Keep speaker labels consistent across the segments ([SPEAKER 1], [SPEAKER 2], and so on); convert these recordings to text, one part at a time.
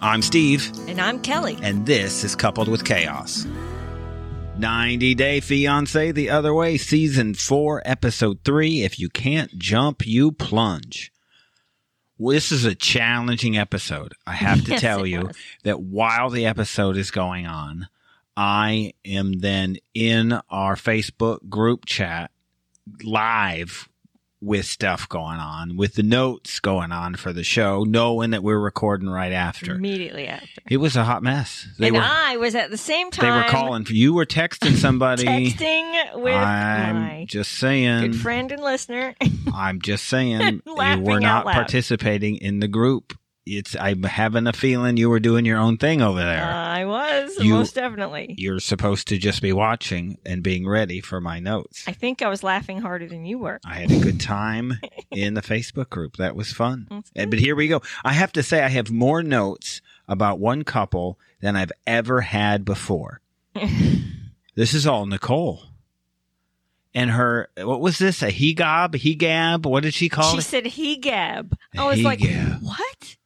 [SPEAKER 1] I'm Steve,
[SPEAKER 2] And I'm Kelly.
[SPEAKER 1] and this is Coupled with Chaos. 90 Day Fiance The Other Way, Season 4, Episode 3. If you can't jump, you plunge. Well, this is a challenging episode. I have to
[SPEAKER 2] Yes,
[SPEAKER 1] tell
[SPEAKER 2] it
[SPEAKER 1] you
[SPEAKER 2] was.
[SPEAKER 1] that while the episode is going on, I am then in our Facebook group chat live with stuff going on, with the notes going on for the show, knowing that we're recording right after.
[SPEAKER 2] Immediately after.
[SPEAKER 1] It was a hot mess. They
[SPEAKER 2] and
[SPEAKER 1] were
[SPEAKER 2] I was at the same time
[SPEAKER 1] they were calling for you were texting somebody.
[SPEAKER 2] texting with
[SPEAKER 1] I'm
[SPEAKER 2] my
[SPEAKER 1] just saying.
[SPEAKER 2] good friend and listener.
[SPEAKER 1] I'm just saying. you
[SPEAKER 2] Laughing
[SPEAKER 1] were
[SPEAKER 2] out
[SPEAKER 1] not
[SPEAKER 2] loud.
[SPEAKER 1] participating in the group. It's I'm having a feeling you were doing your own thing over there.
[SPEAKER 2] I was,
[SPEAKER 1] You-
[SPEAKER 2] most definitely.
[SPEAKER 1] You're supposed to just be watching and being ready for my notes.
[SPEAKER 2] I think I was laughing harder than you were.
[SPEAKER 1] I had a good time in the Facebook group. That was fun.
[SPEAKER 2] That's
[SPEAKER 1] And-
[SPEAKER 2] good.
[SPEAKER 1] But here we go. I have to say, I have more notes about one couple than I've ever had before. This is all Nicole. And her, what was this? A he gob? He gab? What did she call
[SPEAKER 2] she
[SPEAKER 1] it?
[SPEAKER 2] said he gab. I was
[SPEAKER 1] He
[SPEAKER 2] like,
[SPEAKER 1] gab.
[SPEAKER 2] what?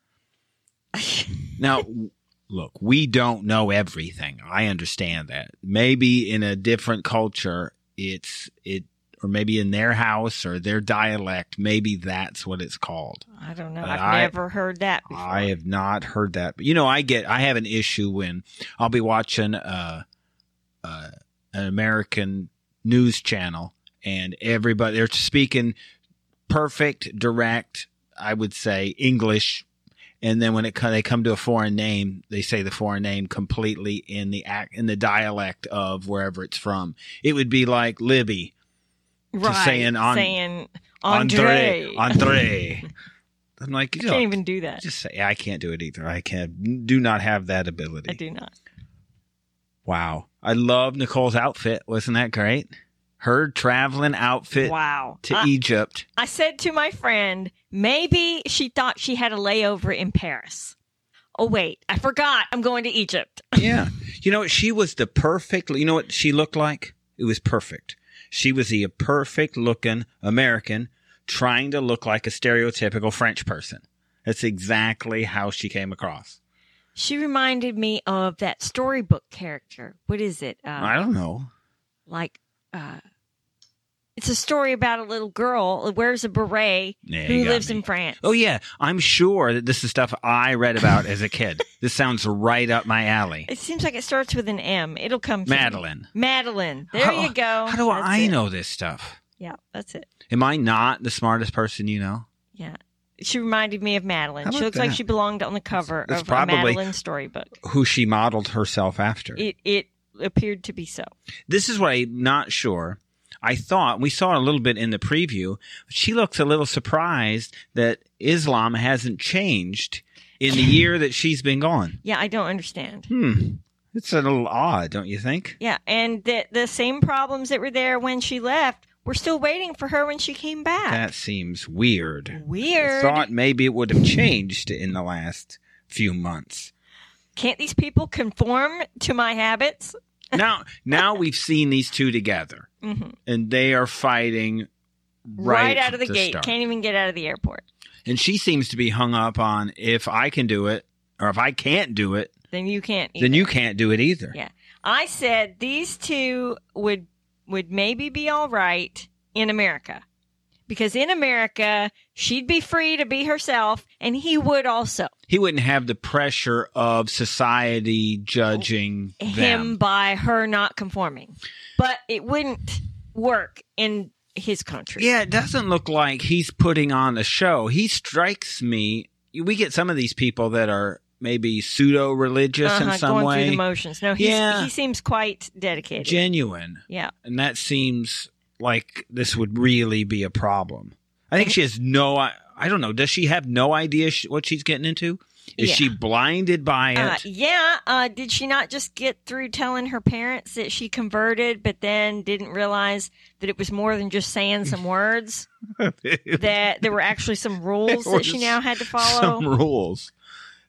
[SPEAKER 1] Now, w- look, we don't know everything. I understand that. Maybe in a different culture, it's, it, or maybe in their house or their dialect, maybe that's what it's called.
[SPEAKER 2] I don't know.
[SPEAKER 1] But
[SPEAKER 2] I've
[SPEAKER 1] I-
[SPEAKER 2] never heard that before.
[SPEAKER 1] I have not heard that. But, you know, I get I have an issue when I'll be watching uh, uh, an American news channel and everybody they're speaking perfect, direct, I would say English. And then when it co- they come to a foreign name, they say the foreign name completely in the act in the dialect of wherever it's from. It would be like Libby
[SPEAKER 2] right,
[SPEAKER 1] saying on-
[SPEAKER 2] saying Andre.
[SPEAKER 1] Andre. Andre. I'm like,
[SPEAKER 2] I
[SPEAKER 1] you
[SPEAKER 2] can't even do that.
[SPEAKER 1] just say I can't do it either. I can do not have that ability.
[SPEAKER 2] I do not.
[SPEAKER 1] Wow. I love Nicole's outfit. Wasn't that great? Her traveling outfit
[SPEAKER 2] Wow. Ah.
[SPEAKER 1] to
[SPEAKER 2] I-
[SPEAKER 1] Egypt.
[SPEAKER 2] I said to my friend, maybe she thought she had a layover in Paris. Oh, wait, I forgot. I'm going to Egypt.
[SPEAKER 1] Yeah. You know what? She was the perfect you know what she looked like? It was perfect. She was the perfect looking American trying to look like a stereotypical French person. That's exactly how she came across.
[SPEAKER 2] She reminded me of that storybook character. What is it? Uh,
[SPEAKER 1] I don't know.
[SPEAKER 2] like, uh, it's a story about a little girl who wears a beret
[SPEAKER 1] Yeah, you
[SPEAKER 2] who
[SPEAKER 1] got
[SPEAKER 2] lives
[SPEAKER 1] me.
[SPEAKER 2] in France.
[SPEAKER 1] Oh yeah, I'm sure that this is stuff I read about as a kid. This sounds right up my alley.
[SPEAKER 2] It seems like it starts with an M. It'll come to me.
[SPEAKER 1] Madeline.
[SPEAKER 2] Madeline. There
[SPEAKER 1] How-
[SPEAKER 2] you go.
[SPEAKER 1] How do
[SPEAKER 2] That's
[SPEAKER 1] I
[SPEAKER 2] it.
[SPEAKER 1] know this stuff?
[SPEAKER 2] Yeah, that's it.
[SPEAKER 1] Am I not the smartest person you know?
[SPEAKER 2] Yeah. She reminded me of Madeline.
[SPEAKER 1] How
[SPEAKER 2] She
[SPEAKER 1] about
[SPEAKER 2] looks like
[SPEAKER 1] that?
[SPEAKER 2] she belonged on the cover
[SPEAKER 1] That's
[SPEAKER 2] of
[SPEAKER 1] probably-
[SPEAKER 2] a Madeline storybook.
[SPEAKER 1] Who she modeled herself after.
[SPEAKER 2] It it appeared to be so.
[SPEAKER 1] this is what I'm not sure. I thought we saw a little bit in the preview. She looks a little surprised that Islam hasn't changed in the year that she's been gone.
[SPEAKER 2] Yeah, I don't understand.
[SPEAKER 1] Hmm. It's a little odd, don't you think?
[SPEAKER 2] Yeah, and the the same problems that were there when she left were still waiting for her when she came back.
[SPEAKER 1] That seems weird. I
[SPEAKER 2] Weird.
[SPEAKER 1] thought maybe it would have changed in the last few months.
[SPEAKER 2] Can't these people conform to my habits?
[SPEAKER 1] Now, now we've seen these two together,
[SPEAKER 2] hmm
[SPEAKER 1] and they are fighting right,
[SPEAKER 2] Right, out of the, gate,
[SPEAKER 1] start.
[SPEAKER 2] can't even get out of the airport.
[SPEAKER 1] And she seems to be hung up on if I can do it or if I can't do it,
[SPEAKER 2] Then you can't.
[SPEAKER 1] then
[SPEAKER 2] either.
[SPEAKER 1] you can't do it either.
[SPEAKER 2] Yeah. I said these two would would maybe be all right in America. Because in America, she'd be free to be herself and he would also.
[SPEAKER 1] He wouldn't have the pressure of society judging
[SPEAKER 2] Oh, him
[SPEAKER 1] them.
[SPEAKER 2] by her not conforming. But it wouldn't work in his country.
[SPEAKER 1] Yeah, it doesn't look like he's putting on a show. He strikes me. We get some of these people that are maybe pseudo religious in
[SPEAKER 2] Uh-huh,
[SPEAKER 1] some
[SPEAKER 2] going through
[SPEAKER 1] way,
[SPEAKER 2] the motions. No, he's,
[SPEAKER 1] Yeah.
[SPEAKER 2] he seems quite dedicated.
[SPEAKER 1] genuine.
[SPEAKER 2] yeah.
[SPEAKER 1] and that seems like this would really be a problem. I think she has no. I, I don't know. Does she have no idea sh- what she's getting into? Is
[SPEAKER 2] Yeah.
[SPEAKER 1] she blinded by it?
[SPEAKER 2] Uh, yeah. Uh, did she not just get through telling her parents that she converted, but then didn't realize that it was more than just saying some words? That there were actually some rules
[SPEAKER 1] There
[SPEAKER 2] that she
[SPEAKER 1] was
[SPEAKER 2] now had to follow.
[SPEAKER 1] Some rules.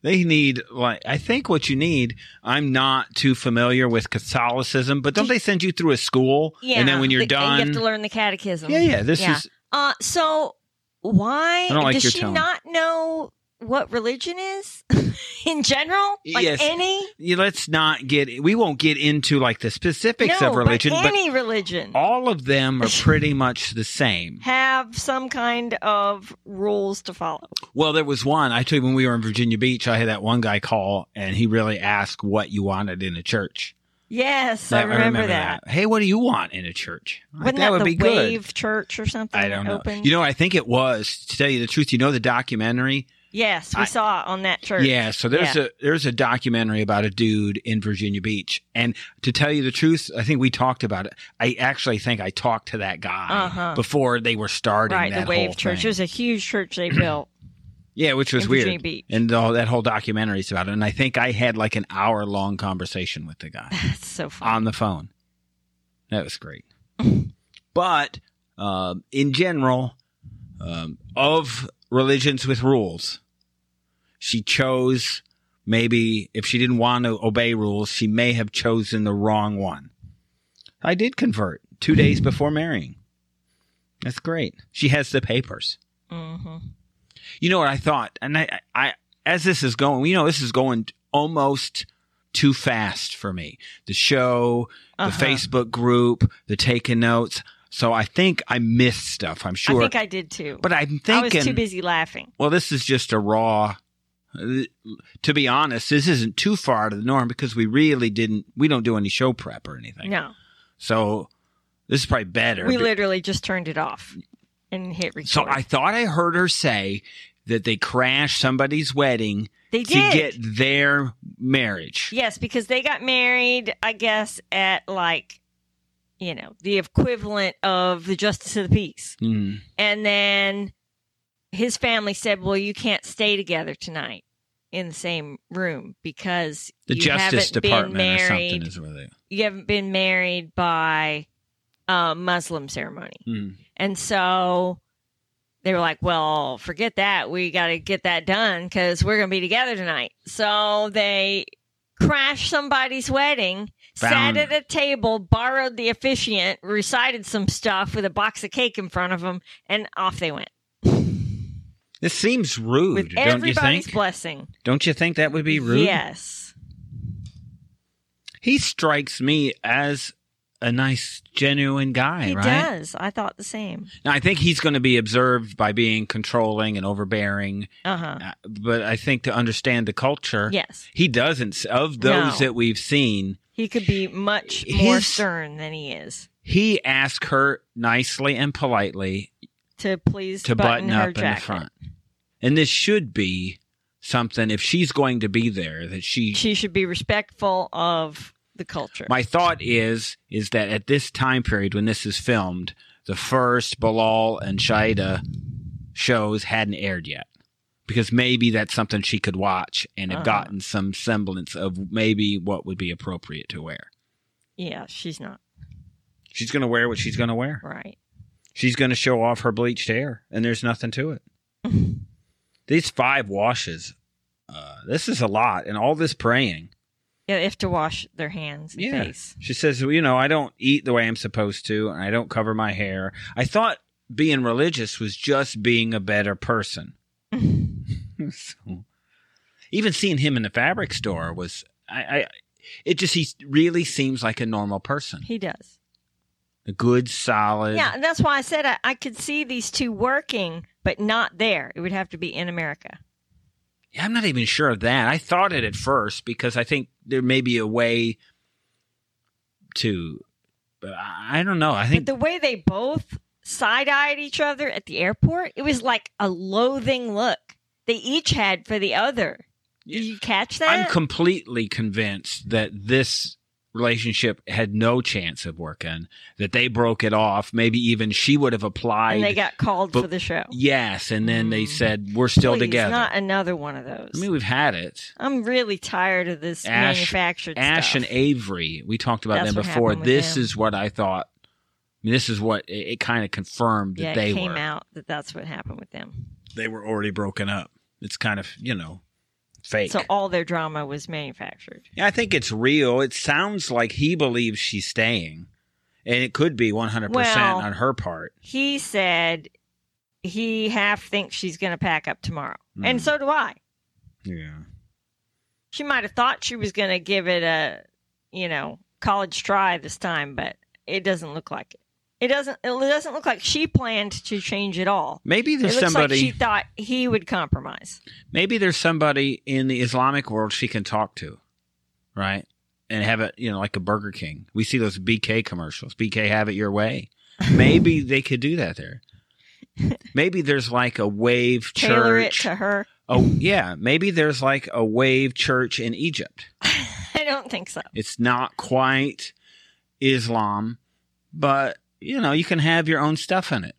[SPEAKER 1] They need like I think what you need. I'm not too familiar with Catholicism, but don't they send you through a school?
[SPEAKER 2] yeah.
[SPEAKER 1] and then when you're
[SPEAKER 2] the-
[SPEAKER 1] done,
[SPEAKER 2] you have to learn the catechism.
[SPEAKER 1] yeah, yeah. This
[SPEAKER 2] Yeah.
[SPEAKER 1] is
[SPEAKER 2] Uh, so why
[SPEAKER 1] I don't like
[SPEAKER 2] does
[SPEAKER 1] your
[SPEAKER 2] she
[SPEAKER 1] tone.
[SPEAKER 2] not know what religion is in general? Like
[SPEAKER 1] Yes.
[SPEAKER 2] any
[SPEAKER 1] Yeah, let's not get we won't get into like the specifics
[SPEAKER 2] no,
[SPEAKER 1] of religion,
[SPEAKER 2] but
[SPEAKER 1] but,
[SPEAKER 2] any religion
[SPEAKER 1] all of them are pretty much the same.
[SPEAKER 2] have some kind of rules to follow.
[SPEAKER 1] Well, there was one I told you when we were in Virginia Beach. I had that one guy call, and he really asked what you wanted in a church.
[SPEAKER 2] Yes, I
[SPEAKER 1] That-
[SPEAKER 2] remember, that.
[SPEAKER 1] Hey, what do you want in a church? Like,
[SPEAKER 2] Wasn't
[SPEAKER 1] that would
[SPEAKER 2] the
[SPEAKER 1] be good.
[SPEAKER 2] Wave Church or something?
[SPEAKER 1] I don't know.
[SPEAKER 2] Open?
[SPEAKER 1] You know, I think it was to tell you the truth. You know the documentary,
[SPEAKER 2] yes, we
[SPEAKER 1] I-
[SPEAKER 2] saw it on that church.
[SPEAKER 1] yeah. So there's a there's a documentary about a dude in Virginia Beach, and to tell you the truth, I think we talked about it. I actually think I talked to that guy
[SPEAKER 2] Uh-huh.
[SPEAKER 1] before they were starting
[SPEAKER 2] right.
[SPEAKER 1] that
[SPEAKER 2] The Wave
[SPEAKER 1] whole
[SPEAKER 2] Church
[SPEAKER 1] thing.
[SPEAKER 2] It was a huge church they built.
[SPEAKER 1] yeah, which was
[SPEAKER 2] in
[SPEAKER 1] weird.
[SPEAKER 2] Virginia Beach.
[SPEAKER 1] And the, whole- that whole documentary is about it. And I think I had like an hour long conversation with the guy.
[SPEAKER 2] That's so funny.
[SPEAKER 1] on the phone. That was great. but um, in general, um, of religions with rules, she chose maybe if she didn't want to obey rules, she may have chosen the wrong one. I did convert two days before marrying. That's great. She has the papers.
[SPEAKER 2] hmm
[SPEAKER 1] You know what I thought, and I, I as this is going, you know, this is going almost too fast for me. The show,
[SPEAKER 2] Uh-huh.
[SPEAKER 1] the Facebook group, the taking notes. So I think I missed stuff. I'm sure,
[SPEAKER 2] I think I did too.
[SPEAKER 1] but I'm
[SPEAKER 2] I was
[SPEAKER 1] thinking.
[SPEAKER 2] too busy laughing.
[SPEAKER 1] Well, this is just a raw. To be honest, this isn't too far out of the norm because we really didn't. We don't do any show prep or anything.
[SPEAKER 2] No,
[SPEAKER 1] So this is probably better.
[SPEAKER 2] we
[SPEAKER 1] be-
[SPEAKER 2] literally just turned it off and hit record.
[SPEAKER 1] so I thought I heard her say that they crashed somebody's wedding
[SPEAKER 2] they
[SPEAKER 1] to
[SPEAKER 2] did.
[SPEAKER 1] get their marriage.
[SPEAKER 2] Yes, because they got married, I guess, at like, you know, the equivalent of the Justice of the Peace.
[SPEAKER 1] Mm.
[SPEAKER 2] And then his family said, well, you can't stay together tonight in the same room because
[SPEAKER 1] The
[SPEAKER 2] you
[SPEAKER 1] Justice
[SPEAKER 2] haven't
[SPEAKER 1] Department
[SPEAKER 2] been
[SPEAKER 1] or something
[SPEAKER 2] married.
[SPEAKER 1] is where they.
[SPEAKER 2] You haven't been married by a Muslim ceremony.
[SPEAKER 1] Mm.
[SPEAKER 2] And so they were like, well, forget that. We got to get that done because we're going to be together tonight. So they crashed somebody's wedding,
[SPEAKER 1] Found-
[SPEAKER 2] sat at a table, borrowed the officiant, recited some stuff with a box of cake in front of them, and off they went
[SPEAKER 1] This seems rude,
[SPEAKER 2] with
[SPEAKER 1] don't you
[SPEAKER 2] everybody's
[SPEAKER 1] think?
[SPEAKER 2] blessing.
[SPEAKER 1] don't you think that would be rude?
[SPEAKER 2] Yes.
[SPEAKER 1] He strikes me as a nice, genuine guy,
[SPEAKER 2] He
[SPEAKER 1] right?
[SPEAKER 2] does. I thought the same.
[SPEAKER 1] Now, I think he's going to be observed by being controlling and overbearing,
[SPEAKER 2] Uh huh.
[SPEAKER 1] uh, but I think to understand the culture,
[SPEAKER 2] Yes.
[SPEAKER 1] he doesn't. Of those
[SPEAKER 2] No.
[SPEAKER 1] that we've seen,
[SPEAKER 2] He could be much more
[SPEAKER 1] His-
[SPEAKER 2] stern than he is
[SPEAKER 1] he asked her nicely and politely
[SPEAKER 2] to please
[SPEAKER 1] to
[SPEAKER 2] button,
[SPEAKER 1] button,
[SPEAKER 2] her
[SPEAKER 1] up
[SPEAKER 2] jacket.
[SPEAKER 1] in the front. And this should be something if she's going to be there that she
[SPEAKER 2] she should be respectful of the culture.
[SPEAKER 1] my thought is is that at this time period when this is filmed, the first Balal and Shida shows hadn't aired yet. Because maybe that's something she could watch and have
[SPEAKER 2] Uh-huh.
[SPEAKER 1] gotten some semblance of maybe what would be appropriate to wear.
[SPEAKER 2] yeah, she's not
[SPEAKER 1] She's going to wear what she's going to wear.
[SPEAKER 2] right.
[SPEAKER 1] She's going to show off her bleached hair, and there's nothing to it. These five washes, uh, this is a lot, and all this praying.
[SPEAKER 2] Yeah, they have to wash their hands and
[SPEAKER 1] Yeah.
[SPEAKER 2] face.
[SPEAKER 1] She says, well, you know, I don't eat the way I'm supposed to, and I don't cover my hair. I thought being religious was just being a better person. so, even seeing him in the fabric store was, I, I it just, he really seems like a normal person.
[SPEAKER 2] He does.
[SPEAKER 1] A good, solid.
[SPEAKER 2] Yeah, and that's why I said I, I could see these two working, but not there. It would have to be in America.
[SPEAKER 1] Yeah, I'm not even sure of that. I thought it at first because I think there may be a way to, but I I don't know. I
[SPEAKER 2] But
[SPEAKER 1] think
[SPEAKER 2] the way they both side eyed each other at the airport, it was like a loathing look they each had for the other.
[SPEAKER 1] Yeah.
[SPEAKER 2] Did you catch
[SPEAKER 1] I'm
[SPEAKER 2] that?
[SPEAKER 1] completely convinced that this relationship had no chance of working. That they broke it off. Maybe even she would have applied.
[SPEAKER 2] and they got called
[SPEAKER 1] but-
[SPEAKER 2] for the show.
[SPEAKER 1] yes, and then they
[SPEAKER 2] Mm.
[SPEAKER 1] said we're still
[SPEAKER 2] Please,
[SPEAKER 1] together.
[SPEAKER 2] Not another one of those.
[SPEAKER 1] I mean, we've had it.
[SPEAKER 2] I'm really tired of this
[SPEAKER 1] Ash-
[SPEAKER 2] manufactured
[SPEAKER 1] Ash
[SPEAKER 2] stuff.
[SPEAKER 1] and Avery. We talked about
[SPEAKER 2] That's
[SPEAKER 1] them
[SPEAKER 2] what
[SPEAKER 1] before.
[SPEAKER 2] happened with
[SPEAKER 1] This
[SPEAKER 2] them.
[SPEAKER 1] is what I thought. I mean, this is what it, it kind of confirmed that
[SPEAKER 2] yeah,
[SPEAKER 1] they
[SPEAKER 2] it came
[SPEAKER 1] were.
[SPEAKER 2] out that that's what happened with them.
[SPEAKER 1] they were already broken up. It's kind of, you know, fake.
[SPEAKER 2] So all their drama was manufactured.
[SPEAKER 1] yeah, I think it's real. It sounds like he believes she's staying. And it could be 100%
[SPEAKER 2] Well-
[SPEAKER 1] on her part.
[SPEAKER 2] He said he half thinks she's going to pack up tomorrow,
[SPEAKER 1] Mm.
[SPEAKER 2] and so do I.
[SPEAKER 1] Yeah.
[SPEAKER 2] She might have thought she was going to give it a, you know, college try this time, but it doesn't look like it. It doesn't. It doesn't look like she planned to change at all.
[SPEAKER 1] Maybe
[SPEAKER 2] It
[SPEAKER 1] there's
[SPEAKER 2] looks
[SPEAKER 1] somebody.
[SPEAKER 2] like she thought he would compromise.
[SPEAKER 1] maybe there's somebody in the Islamic world she can talk to, right? And have it, you know, like a Burger King. We see those BK commercials. BK, have it your way. Maybe they could do that there. Maybe there's like a wave
[SPEAKER 2] Tailor it
[SPEAKER 1] church.
[SPEAKER 2] to her.
[SPEAKER 1] oh, yeah. Maybe there's like a wave church in Egypt.
[SPEAKER 2] I don't think so.
[SPEAKER 1] It's not quite Islam, but you know, you can have your own stuff in it,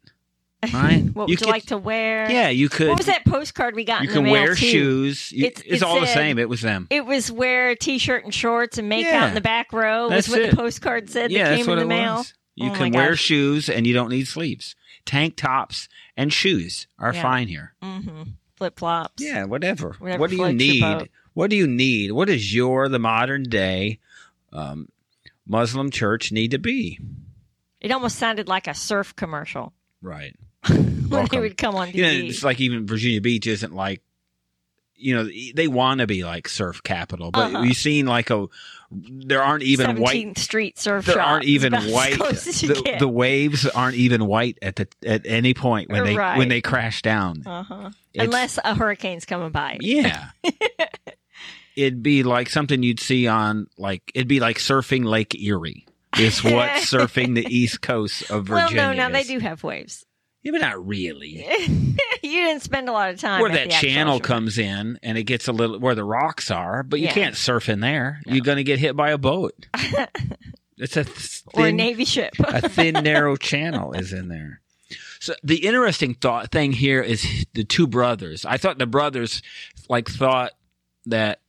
[SPEAKER 1] right?
[SPEAKER 2] What would
[SPEAKER 1] you
[SPEAKER 2] you
[SPEAKER 1] could-
[SPEAKER 2] like to wear?
[SPEAKER 1] Yeah, you could.
[SPEAKER 2] What was that postcard we got
[SPEAKER 1] You
[SPEAKER 2] in the
[SPEAKER 1] can
[SPEAKER 2] mail?
[SPEAKER 1] wear
[SPEAKER 2] too?
[SPEAKER 1] shoes. You- it's
[SPEAKER 2] It's- it
[SPEAKER 1] all the
[SPEAKER 2] said-
[SPEAKER 1] same. It was them.
[SPEAKER 2] It was wear a t-shirt and shorts and make
[SPEAKER 1] Yeah.
[SPEAKER 2] out in the back row.
[SPEAKER 1] That's
[SPEAKER 2] was what
[SPEAKER 1] it.
[SPEAKER 2] the postcard said that
[SPEAKER 1] that's
[SPEAKER 2] came
[SPEAKER 1] what
[SPEAKER 2] in the
[SPEAKER 1] it
[SPEAKER 2] mail.
[SPEAKER 1] was. You
[SPEAKER 2] Oh
[SPEAKER 1] can
[SPEAKER 2] my
[SPEAKER 1] wear
[SPEAKER 2] gosh.
[SPEAKER 1] shoes and you don't need sleeves. Tank tops and shoes are
[SPEAKER 2] Yeah.
[SPEAKER 1] fine here.
[SPEAKER 2] hmm Flip flops.
[SPEAKER 1] Yeah, whatever.
[SPEAKER 2] Whatever
[SPEAKER 1] what do you
[SPEAKER 2] floats your
[SPEAKER 1] need?
[SPEAKER 2] boat.
[SPEAKER 1] What do you need? What does your the modern day um, Muslim church need to be?
[SPEAKER 2] It almost sounded like a surf commercial
[SPEAKER 1] Right.
[SPEAKER 2] when
[SPEAKER 1] Welcome.
[SPEAKER 2] they would come on TV.
[SPEAKER 1] You know, it's like even Virginia Beach isn't like you know e, they want to be like surf capital, but
[SPEAKER 2] Uh-huh.
[SPEAKER 1] we've seen like a there aren't even
[SPEAKER 2] 17th
[SPEAKER 1] white
[SPEAKER 2] Street surf
[SPEAKER 1] there
[SPEAKER 2] shop.
[SPEAKER 1] aren't
[SPEAKER 2] It's
[SPEAKER 1] even
[SPEAKER 2] about as
[SPEAKER 1] white
[SPEAKER 2] close as you
[SPEAKER 1] the,
[SPEAKER 2] get.
[SPEAKER 1] the waves aren't even white at the at any point when they
[SPEAKER 2] Right.
[SPEAKER 1] when they crash down
[SPEAKER 2] uh-huh.
[SPEAKER 1] It's-
[SPEAKER 2] Unless a hurricane's coming by.
[SPEAKER 1] yeah it'd be like something you'd see on like it'd be like surfing lake erie is what surfing the east coast of
[SPEAKER 2] well,
[SPEAKER 1] virginia
[SPEAKER 2] no, now they
[SPEAKER 1] is.
[SPEAKER 2] do have waves.
[SPEAKER 1] yeah, but not really
[SPEAKER 2] you didn't spend a lot of time
[SPEAKER 1] where
[SPEAKER 2] at
[SPEAKER 1] that
[SPEAKER 2] the actual
[SPEAKER 1] channel
[SPEAKER 2] shore.
[SPEAKER 1] comes in and it gets a little where the rocks are but you
[SPEAKER 2] Yeah.
[SPEAKER 1] can't surf in there
[SPEAKER 2] No.
[SPEAKER 1] you're gonna get hit by a boat it's a th-
[SPEAKER 2] or a
[SPEAKER 1] thin
[SPEAKER 2] navy ship.
[SPEAKER 1] a thin, narrow channel is in there. So the interesting thought thing here is the two brothers. I thought the brothers like thought that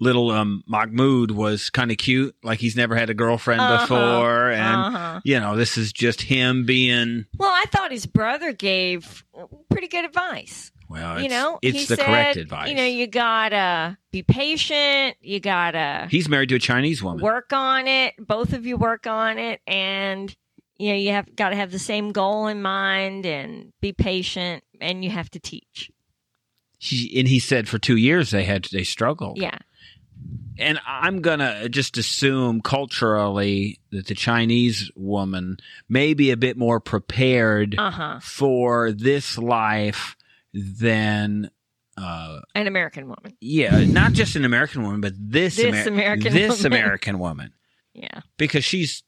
[SPEAKER 1] little um Mahmoud was kind of cute, like he's never had a girlfriend
[SPEAKER 2] Uh-huh.
[SPEAKER 1] before, and
[SPEAKER 2] uh-huh.
[SPEAKER 1] you know this is just him being
[SPEAKER 2] Well, I thought his brother gave pretty good advice.
[SPEAKER 1] well. It's,
[SPEAKER 2] you know,
[SPEAKER 1] it's
[SPEAKER 2] he
[SPEAKER 1] the
[SPEAKER 2] said,
[SPEAKER 1] correct advice.
[SPEAKER 2] You know, you gotta be patient. You gotta
[SPEAKER 1] he's married to a Chinese woman.
[SPEAKER 2] work on it. Both of you work on it, and you know, you have got to have the same goal in mind and be patient. And you have to teach.
[SPEAKER 1] He, and he said for two years they had they struggled.
[SPEAKER 2] Yeah,
[SPEAKER 1] and I'm gonna just assume culturally that the Chinese woman may be a bit more prepared
[SPEAKER 2] uh huh.
[SPEAKER 1] for this life than, uh,
[SPEAKER 2] An American woman.
[SPEAKER 1] yeah, not just an American woman, but this
[SPEAKER 2] This
[SPEAKER 1] Amer-
[SPEAKER 2] American
[SPEAKER 1] this
[SPEAKER 2] woman.
[SPEAKER 1] American woman
[SPEAKER 2] Yeah,
[SPEAKER 1] because she's,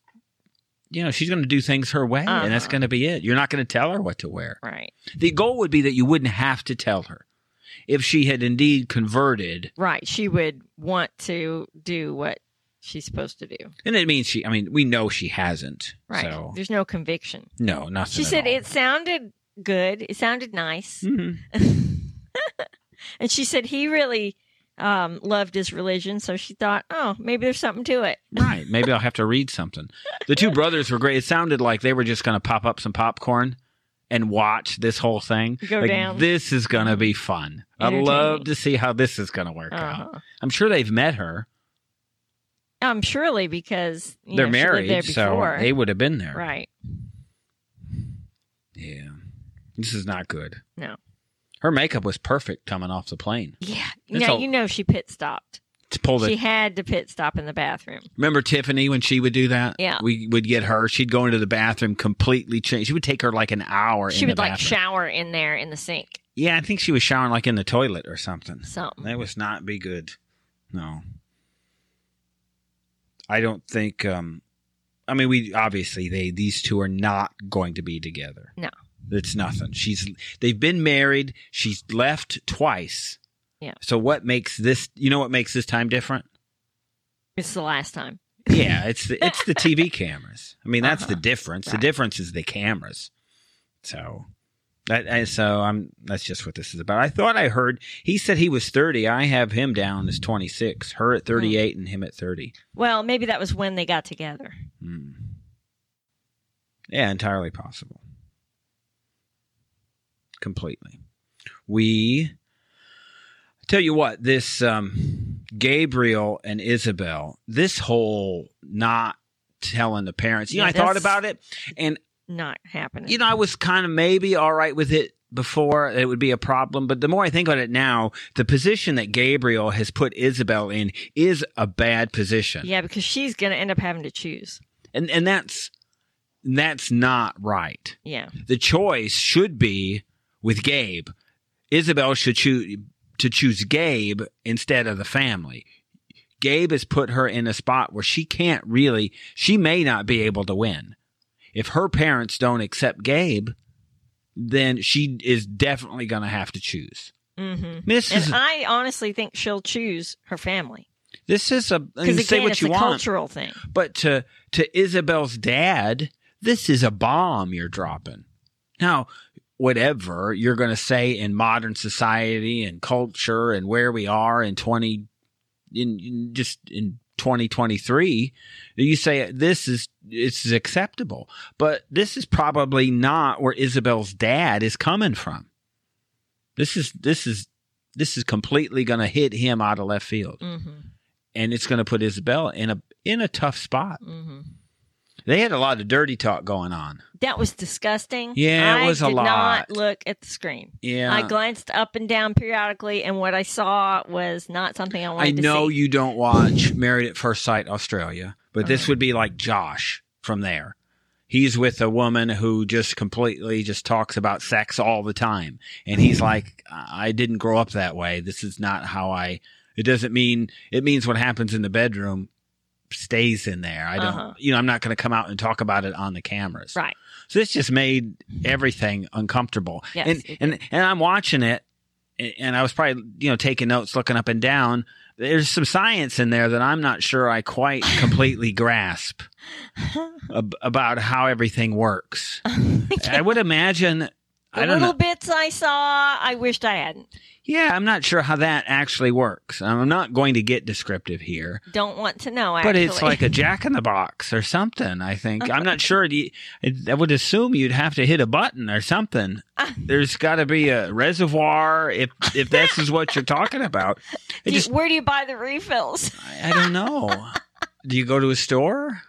[SPEAKER 1] you know, she's gonna do things her way, and that's
[SPEAKER 2] Uh-huh.
[SPEAKER 1] gonna be it. You're not gonna tell her what to wear.
[SPEAKER 2] right,
[SPEAKER 1] The goal would be that you wouldn't have to tell her if she had indeed converted
[SPEAKER 2] right. She would want to do what she's supposed to do.
[SPEAKER 1] and it means she i mean we know she hasn't
[SPEAKER 2] Right.
[SPEAKER 1] so
[SPEAKER 2] There's no conviction.
[SPEAKER 1] no nothing
[SPEAKER 2] She
[SPEAKER 1] at
[SPEAKER 2] said
[SPEAKER 1] all.
[SPEAKER 2] it sounded good. It sounded nice.
[SPEAKER 1] Mhm.
[SPEAKER 2] And she said he really um, loved his religion, so she thought, oh, maybe there's something to it.
[SPEAKER 1] Right. Maybe I'll have to read something. The two brothers were great. It sounded like they were just going to pop up some popcorn and watch this whole thing.
[SPEAKER 2] Go
[SPEAKER 1] like,
[SPEAKER 2] down.
[SPEAKER 1] This is going to be fun. I'd
[SPEAKER 2] Entertaining.
[SPEAKER 1] love to see how this is going to work out.
[SPEAKER 2] Uh-huh.
[SPEAKER 1] I'm sure they've met her.
[SPEAKER 2] Um, surely because you
[SPEAKER 1] They're
[SPEAKER 2] know, she lived
[SPEAKER 1] married,
[SPEAKER 2] there
[SPEAKER 1] so
[SPEAKER 2] before.
[SPEAKER 1] they would have been there.
[SPEAKER 2] right?
[SPEAKER 1] Yeah. This is not good.
[SPEAKER 2] No.
[SPEAKER 1] Her makeup was perfect coming off the plane.
[SPEAKER 2] Yeah.
[SPEAKER 1] It's
[SPEAKER 2] now
[SPEAKER 1] all-
[SPEAKER 2] you know she pit stopped.
[SPEAKER 1] To pull the
[SPEAKER 2] She had to pit stop in the bathroom.
[SPEAKER 1] Remember Tiffany when she would do that?
[SPEAKER 2] Yeah.
[SPEAKER 1] We would get her. She'd go into the bathroom completely changed. She would take her like an hour
[SPEAKER 2] She
[SPEAKER 1] in
[SPEAKER 2] would
[SPEAKER 1] the
[SPEAKER 2] like
[SPEAKER 1] bathroom.
[SPEAKER 2] shower in there in the sink.
[SPEAKER 1] Yeah, I think she was showering like in the toilet or something.
[SPEAKER 2] Something.
[SPEAKER 1] That was not be good. No. I don't think um I mean we obviously they these two are not going to be together.
[SPEAKER 2] No.
[SPEAKER 1] It's nothing. She's they've been married, she's left twice.
[SPEAKER 2] Yeah.
[SPEAKER 1] So what makes this you know what makes this time different?
[SPEAKER 2] It's the last time.
[SPEAKER 1] Yeah, it's the it's the TV cameras. I mean, that's the
[SPEAKER 2] Uh-huh.
[SPEAKER 1] difference. The
[SPEAKER 2] Right.
[SPEAKER 1] difference is the cameras. So that I, so I'm that's just what this is about. I thought I heard he said he was 30. I have him down as 26. Her
[SPEAKER 2] Hmm.
[SPEAKER 1] at 38 and him at 30.
[SPEAKER 2] Well, maybe that was when they got together.
[SPEAKER 1] Hmm. Yeah, entirely possible. Completely. We tell you what, this um, Gabriel and Isabel, this whole not telling the parents, you know,
[SPEAKER 2] Yeah,
[SPEAKER 1] I thought
[SPEAKER 2] that's-
[SPEAKER 1] about it and
[SPEAKER 2] not happening.
[SPEAKER 1] you know, I was kind of maybe all right with it before it would be a problem, but the more I think about it now, the position that Gabriel has put Isabel in is a bad position.
[SPEAKER 2] yeah, because she's going to end up having to choose.
[SPEAKER 1] And and that's that's not right.
[SPEAKER 2] Yeah.
[SPEAKER 1] The choice should be with Gabe. Isabel should choose to choose Gabe instead of the family. Gabe has put her in a spot where she can't really she may not be able to win. If her parents don't accept Gabe, then she is definitely going to have to choose.
[SPEAKER 2] hmm
[SPEAKER 1] This
[SPEAKER 2] And
[SPEAKER 1] is
[SPEAKER 2] I honestly think she'll choose her family
[SPEAKER 1] this is a and
[SPEAKER 2] because again,
[SPEAKER 1] say what
[SPEAKER 2] it's
[SPEAKER 1] you
[SPEAKER 2] a
[SPEAKER 1] want,
[SPEAKER 2] cultural thing.
[SPEAKER 1] but to to Isabel's dad, this is a bomb you're dropping. Now, whatever you're going to say in modern society and culture and where we are in 20 in, in just in 2023, you say this is it's acceptable. But this is probably not where Isabel's dad is coming from. This is this is this is completely going to hit him out of left field
[SPEAKER 2] hmm
[SPEAKER 1] and it's going to put Isabel in a in a tough spot.
[SPEAKER 2] hmm
[SPEAKER 1] They had a lot of dirty talk going on.
[SPEAKER 2] That was disgusting.
[SPEAKER 1] Yeah, it
[SPEAKER 2] I
[SPEAKER 1] was a
[SPEAKER 2] did
[SPEAKER 1] lot.
[SPEAKER 2] Not look at the screen.
[SPEAKER 1] Yeah,
[SPEAKER 2] I glanced up and down periodically, and what I saw was not something I wanted
[SPEAKER 1] I
[SPEAKER 2] to
[SPEAKER 1] know
[SPEAKER 2] see.
[SPEAKER 1] you don't watch Married at First Sight Australia, but this would be like Josh from there. He's with a woman who just completely just talks about sex all the time, and he's like, "I I didn't grow up that way. This is not how I." It doesn't mean it means what happens in the bedroom stays in there. I don't,
[SPEAKER 2] Uh-huh.
[SPEAKER 1] you know, I'm not going to come out and talk about it on the cameras.
[SPEAKER 2] Right.
[SPEAKER 1] So this just made everything uncomfortable.
[SPEAKER 2] Yes, it
[SPEAKER 1] and
[SPEAKER 2] did.
[SPEAKER 1] and and I'm watching it, and- and I was probably you know taking notes, looking up and down. There's some science in there that I'm not sure I quite completely grasp ab- about how everything works. I would imagine.
[SPEAKER 2] The
[SPEAKER 1] I don't
[SPEAKER 2] little
[SPEAKER 1] know.
[SPEAKER 2] bits I saw, I wished I hadn't.
[SPEAKER 1] Yeah, I'm not sure how that actually works. I'm not going to get descriptive here.
[SPEAKER 2] Don't want to know. Actually. Uh-huh.
[SPEAKER 1] But it's like a jack in the box or something. I think I'm not sure. Do you- I would assume you'd have to hit a button or something.
[SPEAKER 2] Uh-huh.
[SPEAKER 1] There's got to be a reservoir if if this is what you're talking about. I
[SPEAKER 2] Do you-
[SPEAKER 1] just
[SPEAKER 2] where do you buy the refills?
[SPEAKER 1] I, I don't know. Do you go to a store?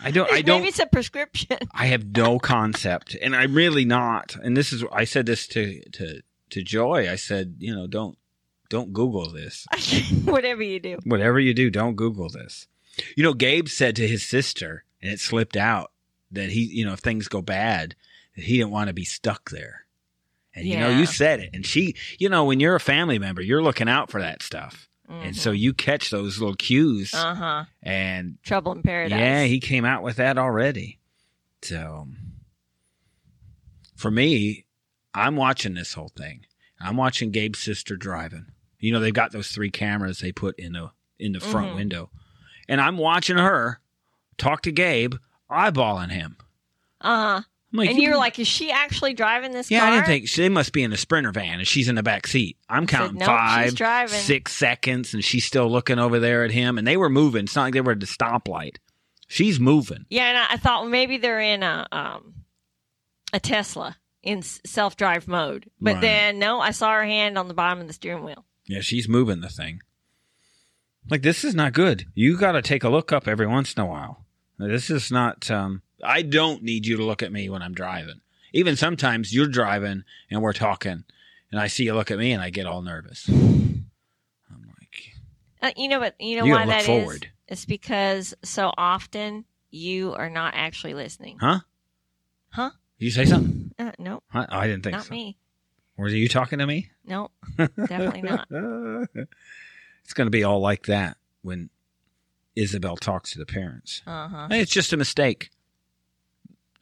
[SPEAKER 1] I don't. I
[SPEAKER 2] Maybe
[SPEAKER 1] don't.
[SPEAKER 2] it's a prescription.
[SPEAKER 1] I have no concept, and I'm really not. And this is I said this to to to Joy. I said, you know, don't don't Google this.
[SPEAKER 2] Whatever you do.
[SPEAKER 1] whatever you do, don't Google this. You know, Gabe said to his sister, and it slipped out that he, you know, if things go bad, that he didn't want to be stuck there. And you know,
[SPEAKER 2] Yeah.
[SPEAKER 1] you said it. And she, you know, when you're a family member, you're looking out for that stuff.
[SPEAKER 2] Mm-hmm.
[SPEAKER 1] And so you catch those little cues.
[SPEAKER 2] uh huh.
[SPEAKER 1] and
[SPEAKER 2] Trouble in paradise.
[SPEAKER 1] yeah, he came out with that already. So for me, I'm watching this whole thing. I'm watching Gabe's sister driving. You know, they've got those three cameras they put in the in the front
[SPEAKER 2] Mhm.
[SPEAKER 1] window. And I'm watching her talk to Gabe, eyeballing him.
[SPEAKER 2] Uh huh.
[SPEAKER 1] I'm like, "Hmm,
[SPEAKER 2] and you're like, is she actually driving this
[SPEAKER 1] Yeah,
[SPEAKER 2] car?
[SPEAKER 1] I didn't think she, they must be in a sprinter van and she's in the back seat. I'm
[SPEAKER 2] Said,
[SPEAKER 1] counting
[SPEAKER 2] "Nope,
[SPEAKER 1] five,
[SPEAKER 2] She's driving.
[SPEAKER 1] six seconds, and she's still looking over there at him. And they were moving. It's not like they were at the stoplight. She's moving.
[SPEAKER 2] Yeah, and I, I thought well, maybe they're in a um, a Tesla in self drive mode, but
[SPEAKER 1] Right.
[SPEAKER 2] then no, I saw her hand on the bottom of the steering wheel.
[SPEAKER 1] Yeah, she's moving the thing. Like this is not good. You got to take a look up every once in a while. This is not. Um, I don't need you to look at me when I'm driving. Even sometimes you're driving and we're talking, and I see you look at me and I get all nervous. I'm like,
[SPEAKER 2] Uh, you know, but you know
[SPEAKER 1] you,
[SPEAKER 2] why
[SPEAKER 1] gotta
[SPEAKER 2] that
[SPEAKER 1] look
[SPEAKER 2] is?
[SPEAKER 1] forward,
[SPEAKER 2] It's because so often you are not actually listening.
[SPEAKER 1] huh?
[SPEAKER 2] Huh?
[SPEAKER 1] You say something?
[SPEAKER 2] Uh, nope,
[SPEAKER 1] Huh? Oh, I didn't think
[SPEAKER 2] not
[SPEAKER 1] so.
[SPEAKER 2] me.
[SPEAKER 1] Were you talking to me?
[SPEAKER 2] Nope, definitely not.
[SPEAKER 1] it's going to be all like that when Isabel talks to the parents.
[SPEAKER 2] Uh huh.
[SPEAKER 1] Hey, It's just a mistake.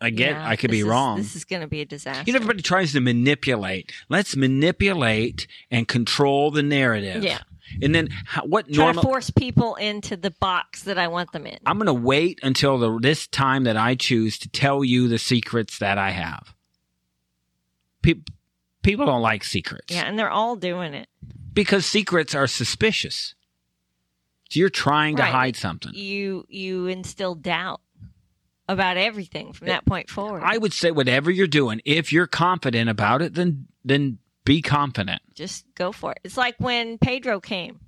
[SPEAKER 1] I get. I could be wrong.
[SPEAKER 2] This is going to be a disaster.
[SPEAKER 1] you know, everybody tries to manipulate. Let's manipulate and control the narrative.
[SPEAKER 2] Yeah.
[SPEAKER 1] And then how, what
[SPEAKER 2] Try to
[SPEAKER 1] normal?
[SPEAKER 2] force people into the box that I want them in.
[SPEAKER 1] I'm going to wait until the, this time that I choose to tell you the secrets that I have. Pe- people don't like secrets
[SPEAKER 2] yeah, and they're all doing it.
[SPEAKER 1] because secrets are suspicious. So you're trying to
[SPEAKER 2] Right.
[SPEAKER 1] hide something.
[SPEAKER 2] You you instill doubt about everything from that point forward.
[SPEAKER 1] I would say whatever you're doing, if you're confident about it, then then be confident.
[SPEAKER 2] just go for it. It's like when Pedro came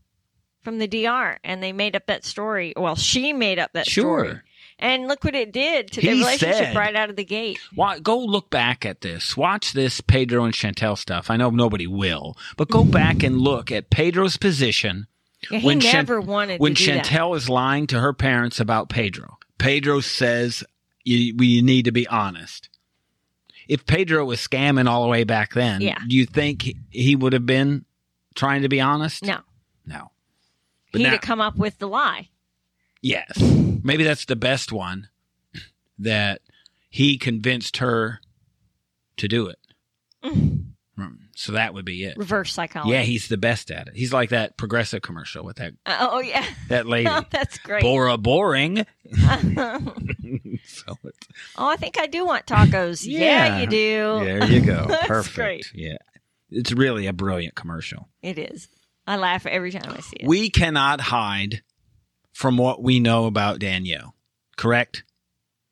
[SPEAKER 2] from the DR and they made up that story. Well, she made up that
[SPEAKER 1] Sure.
[SPEAKER 2] story. And look what it did to their
[SPEAKER 1] He
[SPEAKER 2] relationship
[SPEAKER 1] said-
[SPEAKER 2] right out of the gate.
[SPEAKER 1] Why, go look back at this. Watch this Pedro and Chantel stuff. I know nobody will, but go back and look at Pedro's position
[SPEAKER 2] Yeah, he
[SPEAKER 1] When Chan-
[SPEAKER 2] never wanted
[SPEAKER 1] when
[SPEAKER 2] to do that.
[SPEAKER 1] Chantel is lying to her parents about Pedro. Pedro says, you, "We need to be honest." If Pedro was scamming all the way back then,
[SPEAKER 2] Yeah.
[SPEAKER 1] do you think he- he would have been trying to be honest?
[SPEAKER 2] No.
[SPEAKER 1] no. But
[SPEAKER 2] He'd
[SPEAKER 1] now-
[SPEAKER 2] have come up with the lie.
[SPEAKER 1] Yes. Maybe that's the best one that he convinced her to do it.
[SPEAKER 2] Mm.
[SPEAKER 1] Mm, So that would be it.
[SPEAKER 2] Reverse psychology.
[SPEAKER 1] Yeah, he's the best at it. He's like that progressive commercial with that
[SPEAKER 2] Uh, Oh, yeah.
[SPEAKER 1] that lady.
[SPEAKER 2] That's great.
[SPEAKER 1] Bora boring.
[SPEAKER 2] oh,
[SPEAKER 1] so it,
[SPEAKER 2] I think I do want tacos. yeah,
[SPEAKER 1] Yeah.
[SPEAKER 2] you do.
[SPEAKER 1] there you go.
[SPEAKER 2] Oh, That's
[SPEAKER 1] Perfect.
[SPEAKER 2] great.
[SPEAKER 1] Yeah. It's really a brilliant commercial.
[SPEAKER 2] It is. I laugh every time I see it.
[SPEAKER 1] We cannot hide from what we know about Danielle. Correct?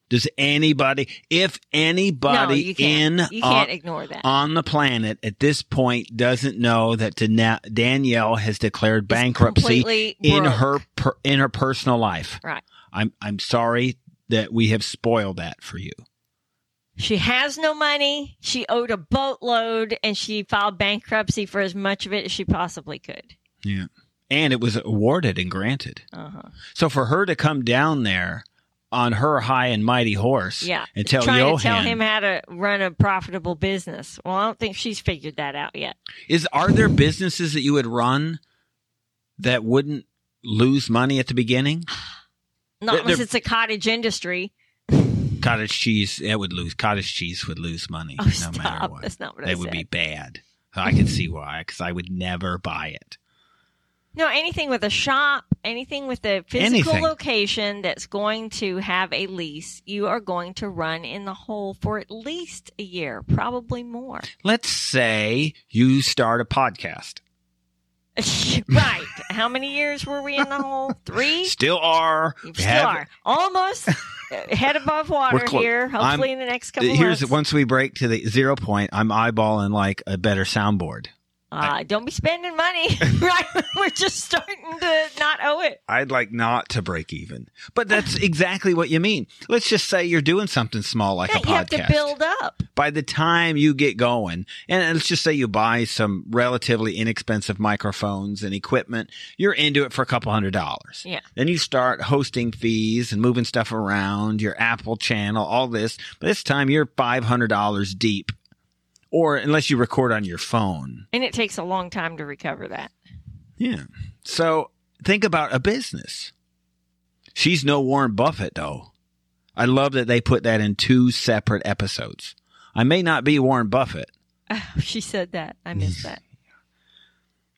[SPEAKER 1] Does anybody if
[SPEAKER 2] no,
[SPEAKER 1] anybody
[SPEAKER 2] you can't.
[SPEAKER 1] in
[SPEAKER 2] you
[SPEAKER 1] on-
[SPEAKER 2] can't ignore that.
[SPEAKER 1] on the planet at this point doesn't know that Dana- Danielle has declared
[SPEAKER 2] It's
[SPEAKER 1] bankruptcy
[SPEAKER 2] completely
[SPEAKER 1] in
[SPEAKER 2] broke.
[SPEAKER 1] her per- in her personal life.
[SPEAKER 2] Right.
[SPEAKER 1] I'm I'm sorry that we have spoiled that for you.
[SPEAKER 2] She has no money. She owed a boatload, and she filed bankruptcy for as much of it as she possibly could.
[SPEAKER 1] Yeah. And it was awarded and granted.
[SPEAKER 2] Uh huh.
[SPEAKER 1] So for her to come down there on her high and mighty horse
[SPEAKER 2] Yeah.
[SPEAKER 1] and tell
[SPEAKER 2] Trying
[SPEAKER 1] Johan
[SPEAKER 2] to tell him how to run a profitable business. Well, I don't think she's figured that out yet.
[SPEAKER 1] is are there businesses that you would run that wouldn't lose money at the beginning?
[SPEAKER 2] Not
[SPEAKER 1] They're-
[SPEAKER 2] unless it's a cottage industry.
[SPEAKER 1] Cottage cheese it would lose cottage cheese would lose money
[SPEAKER 2] Oh,
[SPEAKER 1] no matter
[SPEAKER 2] stop.
[SPEAKER 1] what.
[SPEAKER 2] That's not what I
[SPEAKER 1] They
[SPEAKER 2] said.
[SPEAKER 1] would be bad. I could see why, because I would never buy it.
[SPEAKER 2] No, anything with a shop, anything with a physical
[SPEAKER 1] Anything.
[SPEAKER 2] location that's going to have a lease, you are going to run in the hole for at least a year, probably more.
[SPEAKER 1] Let's say you start a podcast.
[SPEAKER 2] right. How many years were we in the hole? Three?
[SPEAKER 1] Still are.
[SPEAKER 2] You
[SPEAKER 1] We
[SPEAKER 2] still
[SPEAKER 1] have-
[SPEAKER 2] are. Almost uh, head above water
[SPEAKER 1] We're close.
[SPEAKER 2] here, hopefully in the next couple
[SPEAKER 1] Here's
[SPEAKER 2] months.
[SPEAKER 1] once we break to the zero point, I'm eyeballing like a better soundboard.
[SPEAKER 2] Uh, don't be spending money, right? We're just starting to not owe it.
[SPEAKER 1] I'd like not to break even, but that's exactly what you mean. Let's just say you're doing something small like a
[SPEAKER 2] That you have
[SPEAKER 1] podcast.
[SPEAKER 2] to build up.
[SPEAKER 1] By the time you get going, and let's just say you buy some relatively inexpensive microphones and equipment, you're into it for a couple hundred dollars.
[SPEAKER 2] Yeah.
[SPEAKER 1] Then you start hosting fees and moving stuff around, your Apple channel, all this. But this time you're $500 deep, or unless you record on your phone.
[SPEAKER 2] And it takes a long time to recover that.
[SPEAKER 1] Yeah. So think about a business. She's no Warren Buffett, though. I love that they put that in two separate episodes. I may not be Warren Buffett.
[SPEAKER 2] she said that. I missed that.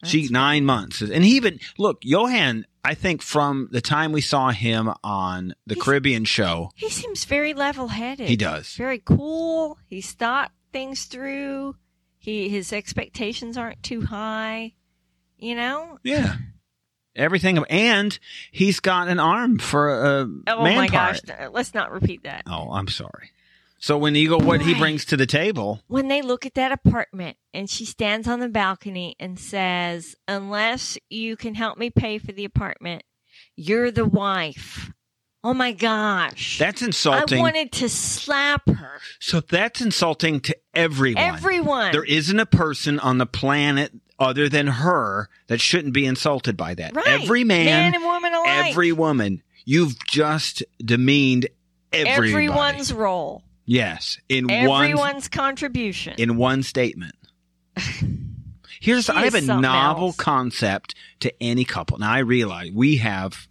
[SPEAKER 1] she nine months, and he even look Johan. I think from the time we saw him on the
[SPEAKER 2] He's-
[SPEAKER 1] Caribbean show,
[SPEAKER 2] He seems very level headed.
[SPEAKER 1] he does.
[SPEAKER 2] Very cool. He's thought things through. He his expectations aren't too high. You know?
[SPEAKER 1] Yeah, everything, and he's got an arm for a
[SPEAKER 2] Oh
[SPEAKER 1] man
[SPEAKER 2] my
[SPEAKER 1] part.
[SPEAKER 2] gosh. th- Let's not repeat that.
[SPEAKER 1] Oh, I'm sorry. So when you go, what he
[SPEAKER 2] Boy.
[SPEAKER 1] brings to the table?
[SPEAKER 2] When they look at that apartment and she stands on the balcony and says, Unless you can help me pay for the apartment, you're the wife. Oh my gosh.
[SPEAKER 1] That's
[SPEAKER 2] I
[SPEAKER 1] insulting.
[SPEAKER 2] wanted to slap her.
[SPEAKER 1] So that's insulting to everyone.
[SPEAKER 2] Everyone.
[SPEAKER 1] There isn't a person on the planet other than her that shouldn't be insulted by that.
[SPEAKER 2] Right.
[SPEAKER 1] Every man,
[SPEAKER 2] and woman alike.
[SPEAKER 1] every woman, you've just demeaned everybody.
[SPEAKER 2] everyone's role,
[SPEAKER 1] yes, in one
[SPEAKER 2] everyone's contribution.
[SPEAKER 1] in one statement. Here's
[SPEAKER 2] She
[SPEAKER 1] I have
[SPEAKER 2] is
[SPEAKER 1] a
[SPEAKER 2] something
[SPEAKER 1] novel
[SPEAKER 2] else.
[SPEAKER 1] concept to any couple. Now I realize we have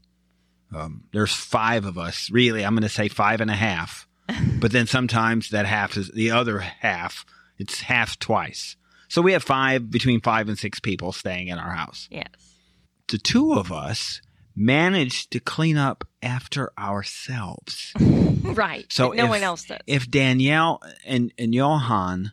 [SPEAKER 1] um, there's five of us. Really, I'm going to say five and a half, but then sometimes that half is the other half. It's half twice. So we have five between five and six people staying in our house.
[SPEAKER 2] yes.
[SPEAKER 1] The two of us managed to clean up after ourselves.
[SPEAKER 2] Right.
[SPEAKER 1] So
[SPEAKER 2] But no
[SPEAKER 1] if-
[SPEAKER 2] one else does.
[SPEAKER 1] if Danielle and, and Johan,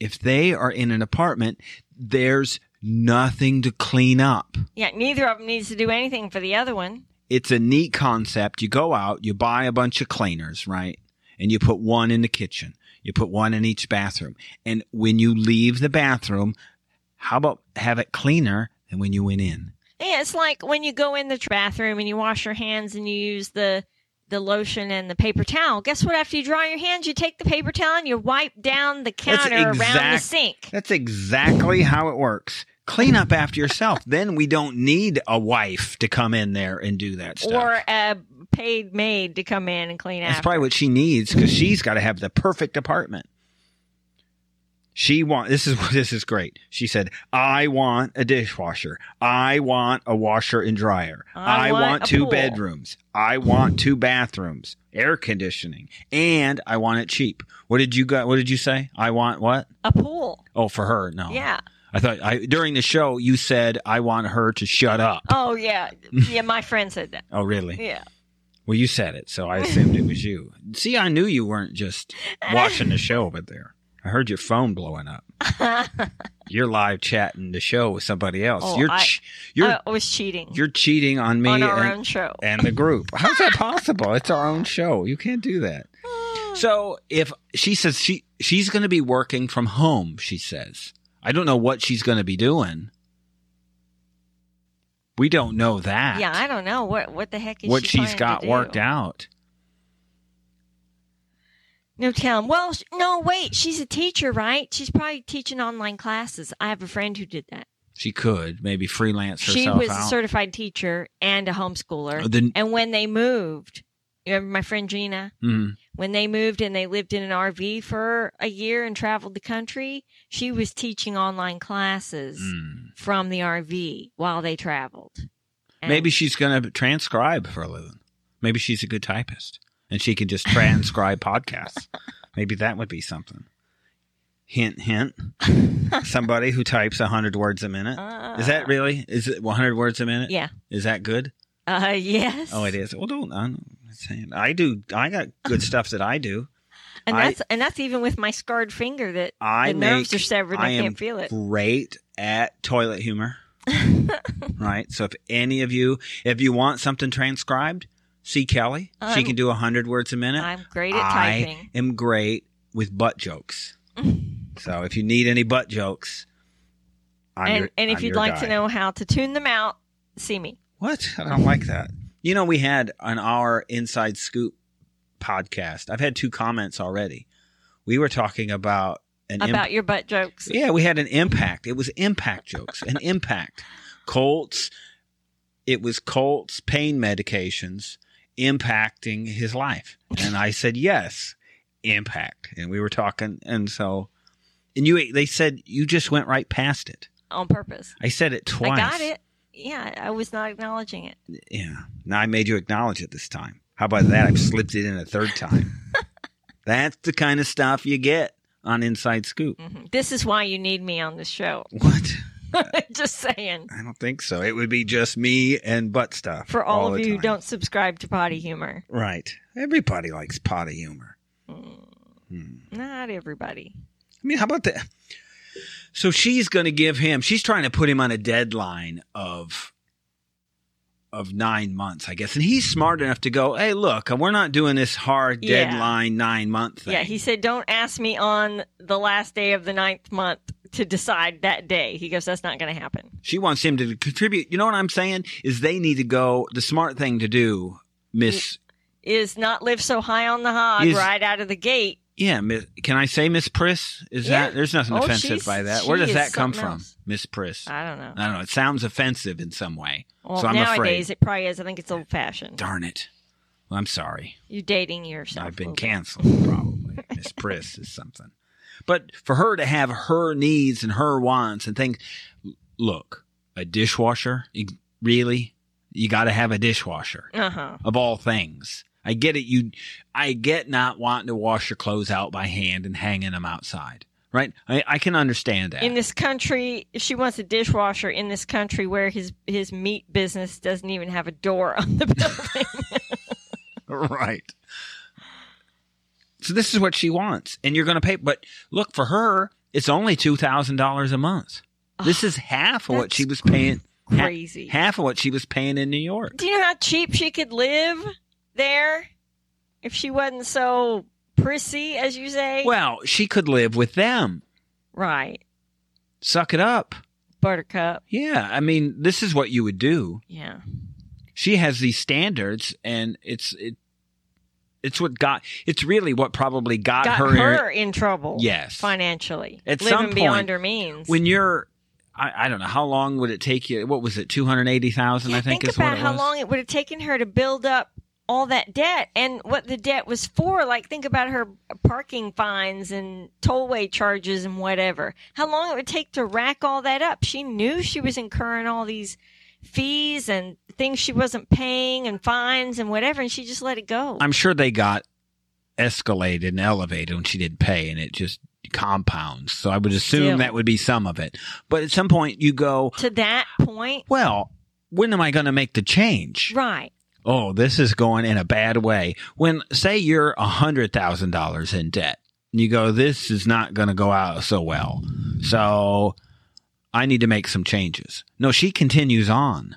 [SPEAKER 1] if they are in an apartment, there's nothing to clean up.
[SPEAKER 2] yeah, neither of them needs to do anything for the other one.
[SPEAKER 1] It's a neat concept. You go out, you buy a bunch of cleaners, right? And you put one in the kitchen, you put one in each bathroom. And when you leave the bathroom, how about have it cleaner than when you went in?
[SPEAKER 2] Yeah, it's like when you go in the tr- bathroom and you wash your hands and you use the the lotion and the paper towel. Guess what? After you dry your hands, you take the paper towel and you wipe down the counter around the
[SPEAKER 1] exact-
[SPEAKER 2] sink.
[SPEAKER 1] That's exactly how it works. Clean up after yourself. then we don't need a wife to come in there and do that stuff.
[SPEAKER 2] Or a paid maid to come in and clean
[SPEAKER 1] That's
[SPEAKER 2] after.
[SPEAKER 1] probably what she needs because she's got to have the perfect apartment. She want this is this is great. She said, "I want a dishwasher. I want a washer and dryer.
[SPEAKER 2] I
[SPEAKER 1] I,
[SPEAKER 2] want
[SPEAKER 1] want,
[SPEAKER 2] a
[SPEAKER 1] two
[SPEAKER 2] pool."
[SPEAKER 1] bedrooms. I want two bathrooms, air conditioning, and I want it cheap." What did you got? What did you say? I want what?
[SPEAKER 2] a pool.
[SPEAKER 1] Oh, for her, no.
[SPEAKER 2] Yeah.
[SPEAKER 1] I thought I during the show you said I want her to shut up.
[SPEAKER 2] Oh, yeah. Yeah, my friend said that.
[SPEAKER 1] Oh, really?
[SPEAKER 2] Yeah.
[SPEAKER 1] Well, you said it, so I assumed it was you. See, I knew you weren't just watching the show over there. I heard your phone blowing up. You're live chatting the show with somebody else.
[SPEAKER 2] Oh,
[SPEAKER 1] you're
[SPEAKER 2] I-
[SPEAKER 1] ch- you're
[SPEAKER 2] I was cheating
[SPEAKER 1] you're cheating on me
[SPEAKER 2] on our
[SPEAKER 1] and,
[SPEAKER 2] own show.
[SPEAKER 1] and the group. How's that possible? It's our own show. You can't do that. So if she says she she's going to be working from home, she says. I don't know what she's going to be doing. We don't know that.
[SPEAKER 2] yeah, I don't know what what the heck is
[SPEAKER 1] what
[SPEAKER 2] she
[SPEAKER 1] she's
[SPEAKER 2] planning
[SPEAKER 1] got
[SPEAKER 2] to do?
[SPEAKER 1] worked out.
[SPEAKER 2] No, tell him. Well, sh- no, wait. She's a teacher, right? She's probably teaching online classes. I have a friend who did that.
[SPEAKER 1] She could maybe freelance herself
[SPEAKER 2] She was a
[SPEAKER 1] out. Uh,
[SPEAKER 2] certified teacher and a homeschooler.
[SPEAKER 1] The-
[SPEAKER 2] And when they moved, you remember my friend Gina?
[SPEAKER 1] Mm.
[SPEAKER 2] When they moved and they lived in an RV for a year and traveled the country, she was teaching online classes
[SPEAKER 1] Mm.
[SPEAKER 2] from the RV while they traveled. And-
[SPEAKER 1] Maybe she's going to transcribe for a living. Maybe she's a good typist and she can just transcribe podcasts. Maybe that would be something. Hint, hint. Somebody who types 100 words a minute.
[SPEAKER 2] uh,
[SPEAKER 1] Is that really? Is it 100 words a minute?
[SPEAKER 2] Uh-huh. Yeah.
[SPEAKER 1] Is that good?
[SPEAKER 2] Uh, yes.
[SPEAKER 1] Oh, it is. Well, don't. I'm saying I do. I got good stuff that I do.
[SPEAKER 2] And
[SPEAKER 1] I-
[SPEAKER 2] that's and that's even with my scarred finger that
[SPEAKER 1] I
[SPEAKER 2] the
[SPEAKER 1] make.
[SPEAKER 2] nerves are severed. and I,
[SPEAKER 1] I am
[SPEAKER 2] can't feel it.
[SPEAKER 1] great at toilet humor. right. So if any of you, if you want something transcribed, see Kelly. she
[SPEAKER 2] I'm-
[SPEAKER 1] can do hundred words a minute.
[SPEAKER 2] I'm great at
[SPEAKER 1] I
[SPEAKER 2] typing.
[SPEAKER 1] am great with butt jokes. so if you need any butt jokes, I'm
[SPEAKER 2] and
[SPEAKER 1] your-
[SPEAKER 2] and if
[SPEAKER 1] I'm
[SPEAKER 2] you'd
[SPEAKER 1] your
[SPEAKER 2] like
[SPEAKER 1] guy.
[SPEAKER 2] to know how to tune them out, see me.
[SPEAKER 1] What? I don't like that. You know, we had on our Inside Scoop podcast, I've had two comments already. We were talking about an imp-
[SPEAKER 2] about your butt jokes.
[SPEAKER 1] yeah, we had an impact. It was impact jokes, an impact. Colts, it was Colts pain medications impacting his life. And I said, yes, impact. And we were talking. And so, and you, they said, you just went right past it.
[SPEAKER 2] on purpose.
[SPEAKER 1] I said it twice.
[SPEAKER 2] I got it. Yeah, I was not acknowledging it.
[SPEAKER 1] Yeah. Now I made you acknowledge it this time. How about that? I've slipped it in a third time. That's the kind of stuff you get on Inside Scoop.
[SPEAKER 2] Mhm. This is why you need me on the show.
[SPEAKER 1] What?
[SPEAKER 2] Just saying.
[SPEAKER 1] I don't think so. It would be just me and butt stuff.
[SPEAKER 2] For all,
[SPEAKER 1] the
[SPEAKER 2] of you who
[SPEAKER 1] time.
[SPEAKER 2] don't subscribe to potty humor,
[SPEAKER 1] Right. Everybody likes potty humor.
[SPEAKER 2] Mm,
[SPEAKER 1] Hmm.
[SPEAKER 2] not everybody.
[SPEAKER 1] I mean, how about that? So she's going to give him, she's trying to put him on a deadline of of 9 months, I guess. And he's smart enough to go, "Hey, look, we're not doing this hard
[SPEAKER 2] Yeah.
[SPEAKER 1] deadline 9 month thing."
[SPEAKER 2] Yeah, he said, "Don't ask me on the last day of the ninth month to decide that day." He goes, "That's not going to happen."
[SPEAKER 1] She wants him to contribute. You know what I'm saying? Is they need to go. The smart thing to do, Miss.
[SPEAKER 2] Is not live so high on the hog
[SPEAKER 1] Is-
[SPEAKER 2] right out of the gate.
[SPEAKER 1] Yeah, miss, can I say Miss Priss? Is
[SPEAKER 2] Yeah.
[SPEAKER 1] that there's nothing
[SPEAKER 2] Oh, she's-
[SPEAKER 1] offensive by that? Where
[SPEAKER 2] she is
[SPEAKER 1] does that come
[SPEAKER 2] something
[SPEAKER 1] from,
[SPEAKER 2] else. Uh,
[SPEAKER 1] Miss Priss? I
[SPEAKER 2] I don't know.
[SPEAKER 1] don't know. It sounds offensive in some way,
[SPEAKER 2] Well,
[SPEAKER 1] Uh, so I'm
[SPEAKER 2] nowadays
[SPEAKER 1] afraid.
[SPEAKER 2] it probably is. I think it's old fashioned.
[SPEAKER 1] Darn it! Well, I'm sorry.
[SPEAKER 2] You're dating yourself.
[SPEAKER 1] I've
[SPEAKER 2] a
[SPEAKER 1] been
[SPEAKER 2] little bit.
[SPEAKER 1] canceled, probably. Miss Priss is something. But for her to have her needs and her wants and things, look, a dishwasher. You- Really, you got to have a dishwasher.
[SPEAKER 2] Uh-huh.
[SPEAKER 1] of all things. I get it. You, I get not wanting to wash your clothes out by hand and hanging them outside, right? I, I can understand that.
[SPEAKER 2] In this country, if she wants a dishwasher in this country where his his meat business doesn't even have a door on the building.
[SPEAKER 1] right. So this is what she wants, and you're going to pay. But look, for her, it's only two thousand dollars a month. This is half of what
[SPEAKER 2] that's
[SPEAKER 1] she was paying. ha-
[SPEAKER 2] crazy.
[SPEAKER 1] half of what she was paying in New York.
[SPEAKER 2] Do you know how cheap she could live there if she wasn't so prissy, as you say?
[SPEAKER 1] Well, she could live with them.
[SPEAKER 2] right,
[SPEAKER 1] Suck it up.
[SPEAKER 2] Buttercup.
[SPEAKER 1] Yeah, I mean, this is what you would do.
[SPEAKER 2] Yeah,
[SPEAKER 1] she has these standards and it's it it's what got it's really what probably got,
[SPEAKER 2] Got
[SPEAKER 1] her,
[SPEAKER 2] her in trouble.
[SPEAKER 1] Yes.
[SPEAKER 2] Financially.
[SPEAKER 1] At
[SPEAKER 2] living
[SPEAKER 1] some point,
[SPEAKER 2] beyond her means.
[SPEAKER 1] when you're I, I don't know how long would it take you what was it 280,000
[SPEAKER 2] Yeah,
[SPEAKER 1] I think, is
[SPEAKER 2] about
[SPEAKER 1] what it
[SPEAKER 2] how
[SPEAKER 1] was.
[SPEAKER 2] long it would have taken her to build up all that debt and what the debt was for. Like, think about her parking fines and tollway charges and whatever. How long it would take to rack all that up. She knew she was incurring all these fees and things she wasn't paying and fines and whatever, and she just let it go.
[SPEAKER 1] I'm sure they got escalated and elevated when she didn't pay, and it just compounds. So I would assume
[SPEAKER 2] Still.
[SPEAKER 1] that would be some of it. But at some point, you go,
[SPEAKER 2] to that point,
[SPEAKER 1] well, when am I going to make the change?
[SPEAKER 2] right.
[SPEAKER 1] Oh, this is going in a bad way. When say you're a hundred thousand dollars in debt, and you go, this is not going to go out so well. So I need to make some changes. No, she continues on.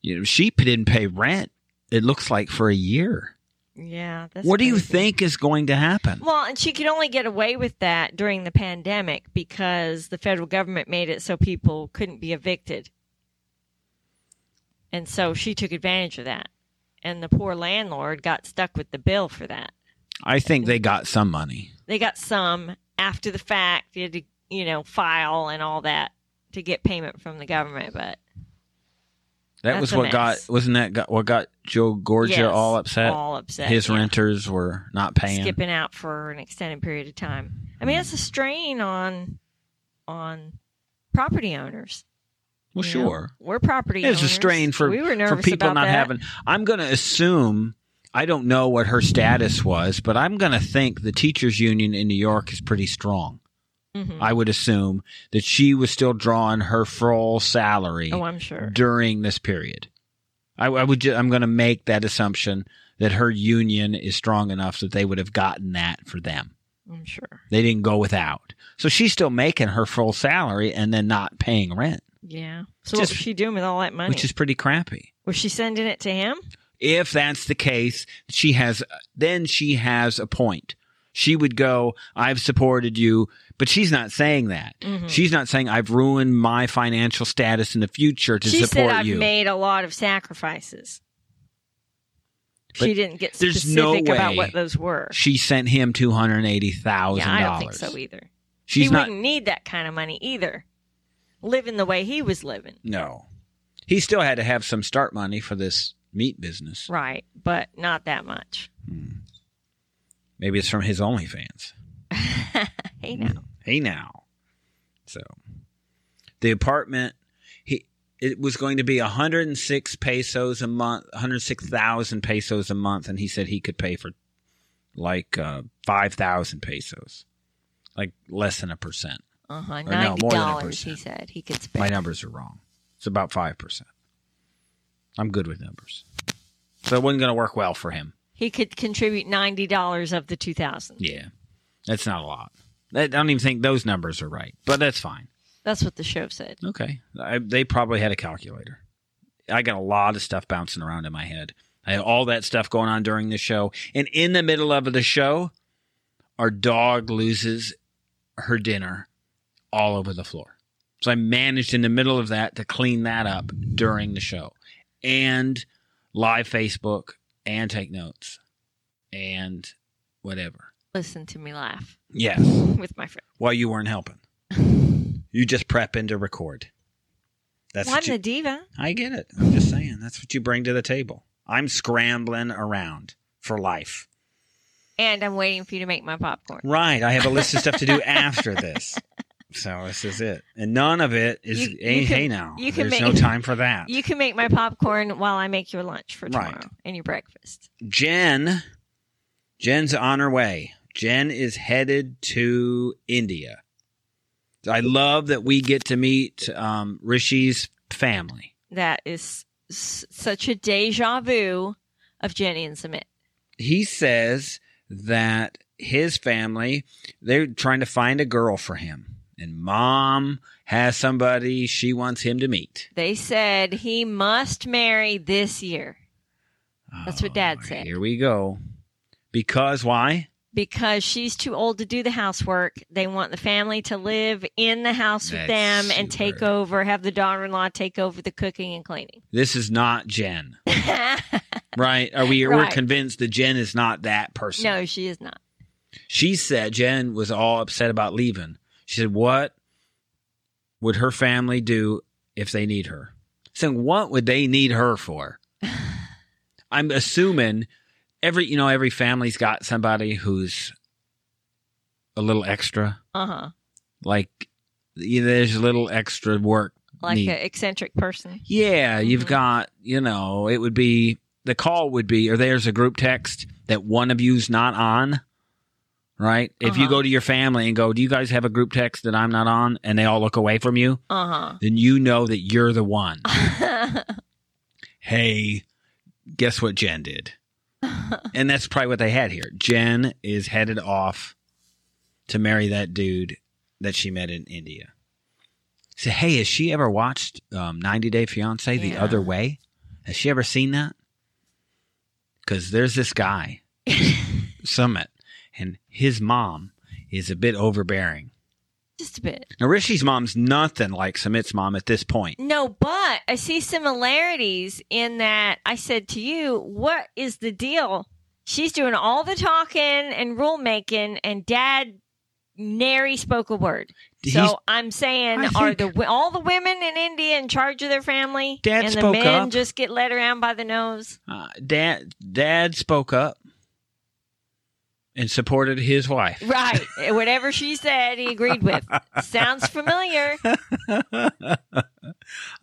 [SPEAKER 1] You know, she didn't pay rent. It looks like for a year.
[SPEAKER 2] Yeah. That's
[SPEAKER 1] What do you
[SPEAKER 2] crazy.
[SPEAKER 1] think is going to happen?
[SPEAKER 2] Well, and she could only get away with that during the pandemic because the federal government made it so people couldn't be evicted. And so she took advantage of that. And the poor landlord got stuck with the bill for that.
[SPEAKER 1] I think they got some money.
[SPEAKER 2] They got some after the fact, you had to, you know, file and all that to get payment from the government, but
[SPEAKER 1] That
[SPEAKER 2] That's
[SPEAKER 1] was
[SPEAKER 2] a
[SPEAKER 1] what
[SPEAKER 2] mess.
[SPEAKER 1] got wasn't that got, what got Joe Gorgia
[SPEAKER 2] yes,
[SPEAKER 1] all upset?
[SPEAKER 2] All upset.
[SPEAKER 1] His
[SPEAKER 2] yeah.
[SPEAKER 1] renters were not paying.
[SPEAKER 2] skipping out for an extended period of time. I mean, that's a strain on on property owners.
[SPEAKER 1] Well,
[SPEAKER 2] You know,
[SPEAKER 1] sure.
[SPEAKER 2] we're property.
[SPEAKER 1] It's a
[SPEAKER 2] owners.
[SPEAKER 1] strain for
[SPEAKER 2] we were
[SPEAKER 1] for
[SPEAKER 2] nervous
[SPEAKER 1] people
[SPEAKER 2] about
[SPEAKER 1] not
[SPEAKER 2] that.
[SPEAKER 1] having. I'm going to assume. I don't know what her status was, but I'm going to think the teachers union in New York is pretty strong.
[SPEAKER 2] Mhm.
[SPEAKER 1] I would assume that she was still drawing her full salary.
[SPEAKER 2] Oh, I'm sure.
[SPEAKER 1] during this period. I, I would. Ju- I'm going to make that assumption that her union is strong enough that they would have gotten that for them.
[SPEAKER 2] I'm sure.
[SPEAKER 1] They didn't go without, so she's still making her full salary and then not paying rent,
[SPEAKER 2] Yeah. So
[SPEAKER 1] Just-
[SPEAKER 2] what was she doing with all that money?
[SPEAKER 1] which is pretty crappy.
[SPEAKER 2] was she sending it to him?
[SPEAKER 1] If that's the case, she has. Then she has a point. She would go. I've supported you, but she's not saying that.
[SPEAKER 2] Mhm.
[SPEAKER 1] She's not saying I've ruined my financial status in the future to
[SPEAKER 2] she
[SPEAKER 1] support
[SPEAKER 2] said, "I've
[SPEAKER 1] you.
[SPEAKER 2] made a lot of sacrifices."
[SPEAKER 1] But
[SPEAKER 2] she didn't get
[SPEAKER 1] there's
[SPEAKER 2] specific
[SPEAKER 1] no
[SPEAKER 2] about
[SPEAKER 1] way
[SPEAKER 2] what those were.
[SPEAKER 1] she sent him two hundred eighty thousand
[SPEAKER 2] Yeah, I don't think
[SPEAKER 1] dollars.
[SPEAKER 2] so either.
[SPEAKER 1] She's
[SPEAKER 2] he
[SPEAKER 1] not.
[SPEAKER 2] wouldn't need that kind of money either. Living the way he was living,
[SPEAKER 1] No. He still had to have some start money for this meat business.
[SPEAKER 2] right? But not that much.
[SPEAKER 1] Maybe it's from his OnlyFans.
[SPEAKER 2] Hey, now.
[SPEAKER 1] Hey now. So the apartment he it was going to be 106 pesos a month, 106,000 pesos a month and he said he could pay for like uh 5,000 pesos. Like less than a percent.
[SPEAKER 2] Uh huh.
[SPEAKER 1] no, more than
[SPEAKER 2] Ninety
[SPEAKER 1] a
[SPEAKER 2] dollars, he
[SPEAKER 1] percent.
[SPEAKER 2] said he could spend.
[SPEAKER 1] My numbers are wrong. It's about 5%. I'm good with numbers. So it wasn't going to work well for him.
[SPEAKER 2] He could contribute ninety dollars of the two thousand.
[SPEAKER 1] Yeah, that's not a lot. I don't even think those numbers are right, but that's fine.
[SPEAKER 2] That's what the show said.
[SPEAKER 1] Okay, I, they probably had a calculator. I got a lot of stuff bouncing around in my head. I had all that stuff going on during the show, and in the middle of the show, our dog loses her dinner all over the floor. So I managed in the middle of that to clean that up during the show, and live Facebook, and take notes, and whatever.
[SPEAKER 2] Listen to me laugh
[SPEAKER 1] Yes
[SPEAKER 2] with my friend.
[SPEAKER 1] while you weren't helping. You just prepping to record. That's
[SPEAKER 2] Well, I'm
[SPEAKER 1] what you,
[SPEAKER 2] the diva.
[SPEAKER 1] I get it. I'm just saying that's what you bring to the table. I'm scrambling around for life.
[SPEAKER 2] And I'm waiting for you to make my popcorn.
[SPEAKER 1] Right. I have a list of stuff to do after this. So this is it. And none of it is
[SPEAKER 2] You- you
[SPEAKER 1] hey,
[SPEAKER 2] can-
[SPEAKER 1] hey now.
[SPEAKER 2] you can
[SPEAKER 1] There's
[SPEAKER 2] make-
[SPEAKER 1] no time for that.
[SPEAKER 2] You can make my popcorn while I make your lunch for
[SPEAKER 1] Right.
[SPEAKER 2] tomorrow and your breakfast.
[SPEAKER 1] Jen Jen's on her way. Jen is headed to India. I love that we get to meet um, Rishi's family.
[SPEAKER 2] That is s- such a deja vu of Jenny and Submit.
[SPEAKER 1] he says that his family they're trying to find a girl for him and mom has somebody she wants him to meet
[SPEAKER 2] They said he must marry this year That's what Dad
[SPEAKER 1] Oh,
[SPEAKER 2] said.
[SPEAKER 1] here we go because why
[SPEAKER 2] because she's too old to do the housework. They want the family to live in the house with
[SPEAKER 1] That's
[SPEAKER 2] them and take
[SPEAKER 1] super.
[SPEAKER 2] over, have the daughter in law take over the cooking and cleaning.
[SPEAKER 1] this is not jen right? Are we we're
[SPEAKER 2] Right.
[SPEAKER 1] convinced that Jen is not that person?
[SPEAKER 2] No, she is not.
[SPEAKER 1] She said Jen was all upset about leaving. She said, "What would her family do if they need her?" Saying, "What would they need her for?" I'm assuming every you know every family's got somebody who's a little extra,
[SPEAKER 2] Uh huh.
[SPEAKER 1] like you know, there's a little extra work
[SPEAKER 2] Like
[SPEAKER 1] Neat.
[SPEAKER 2] an eccentric person.
[SPEAKER 1] yeah, you've
[SPEAKER 2] Mhm.
[SPEAKER 1] got, you know, it would be the call would be, or there's a group text that one of you's not on, right? If you
[SPEAKER 2] Uh-huh.
[SPEAKER 1] go to your family and go, do you guys have a group text that I'm not on? And they all look away from you,
[SPEAKER 2] Uh
[SPEAKER 1] then you know that you're the one.
[SPEAKER 2] huh.
[SPEAKER 1] hey, guess what Jen did? and that's probably what they had here. Jen is headed off to marry that dude that she met in India. So, hey, has she ever watched um, 90 Day Fiance the
[SPEAKER 2] Yeah.
[SPEAKER 1] other way? Has she ever seen that? Because there's this guy, Summit, and his mom is a bit overbearing.
[SPEAKER 2] Just a bit.
[SPEAKER 1] Now, Rishi's mom's nothing like Summit's mom at this point.
[SPEAKER 2] No, but I see similarities in that I said to you, what is the deal? She's doing all the talking and rulemaking, and dad nary spoke a word.
[SPEAKER 1] He's-
[SPEAKER 2] so I'm saying,
[SPEAKER 1] I
[SPEAKER 2] are
[SPEAKER 1] think-
[SPEAKER 2] the wo- all the women in India in charge of their family,
[SPEAKER 1] Dad
[SPEAKER 2] and the
[SPEAKER 1] spoke
[SPEAKER 2] men
[SPEAKER 1] up.
[SPEAKER 2] just get led around by the nose?
[SPEAKER 1] uh, dad dad spoke up and supported his wife
[SPEAKER 2] Right, whatever she said, he agreed with. Sounds familiar.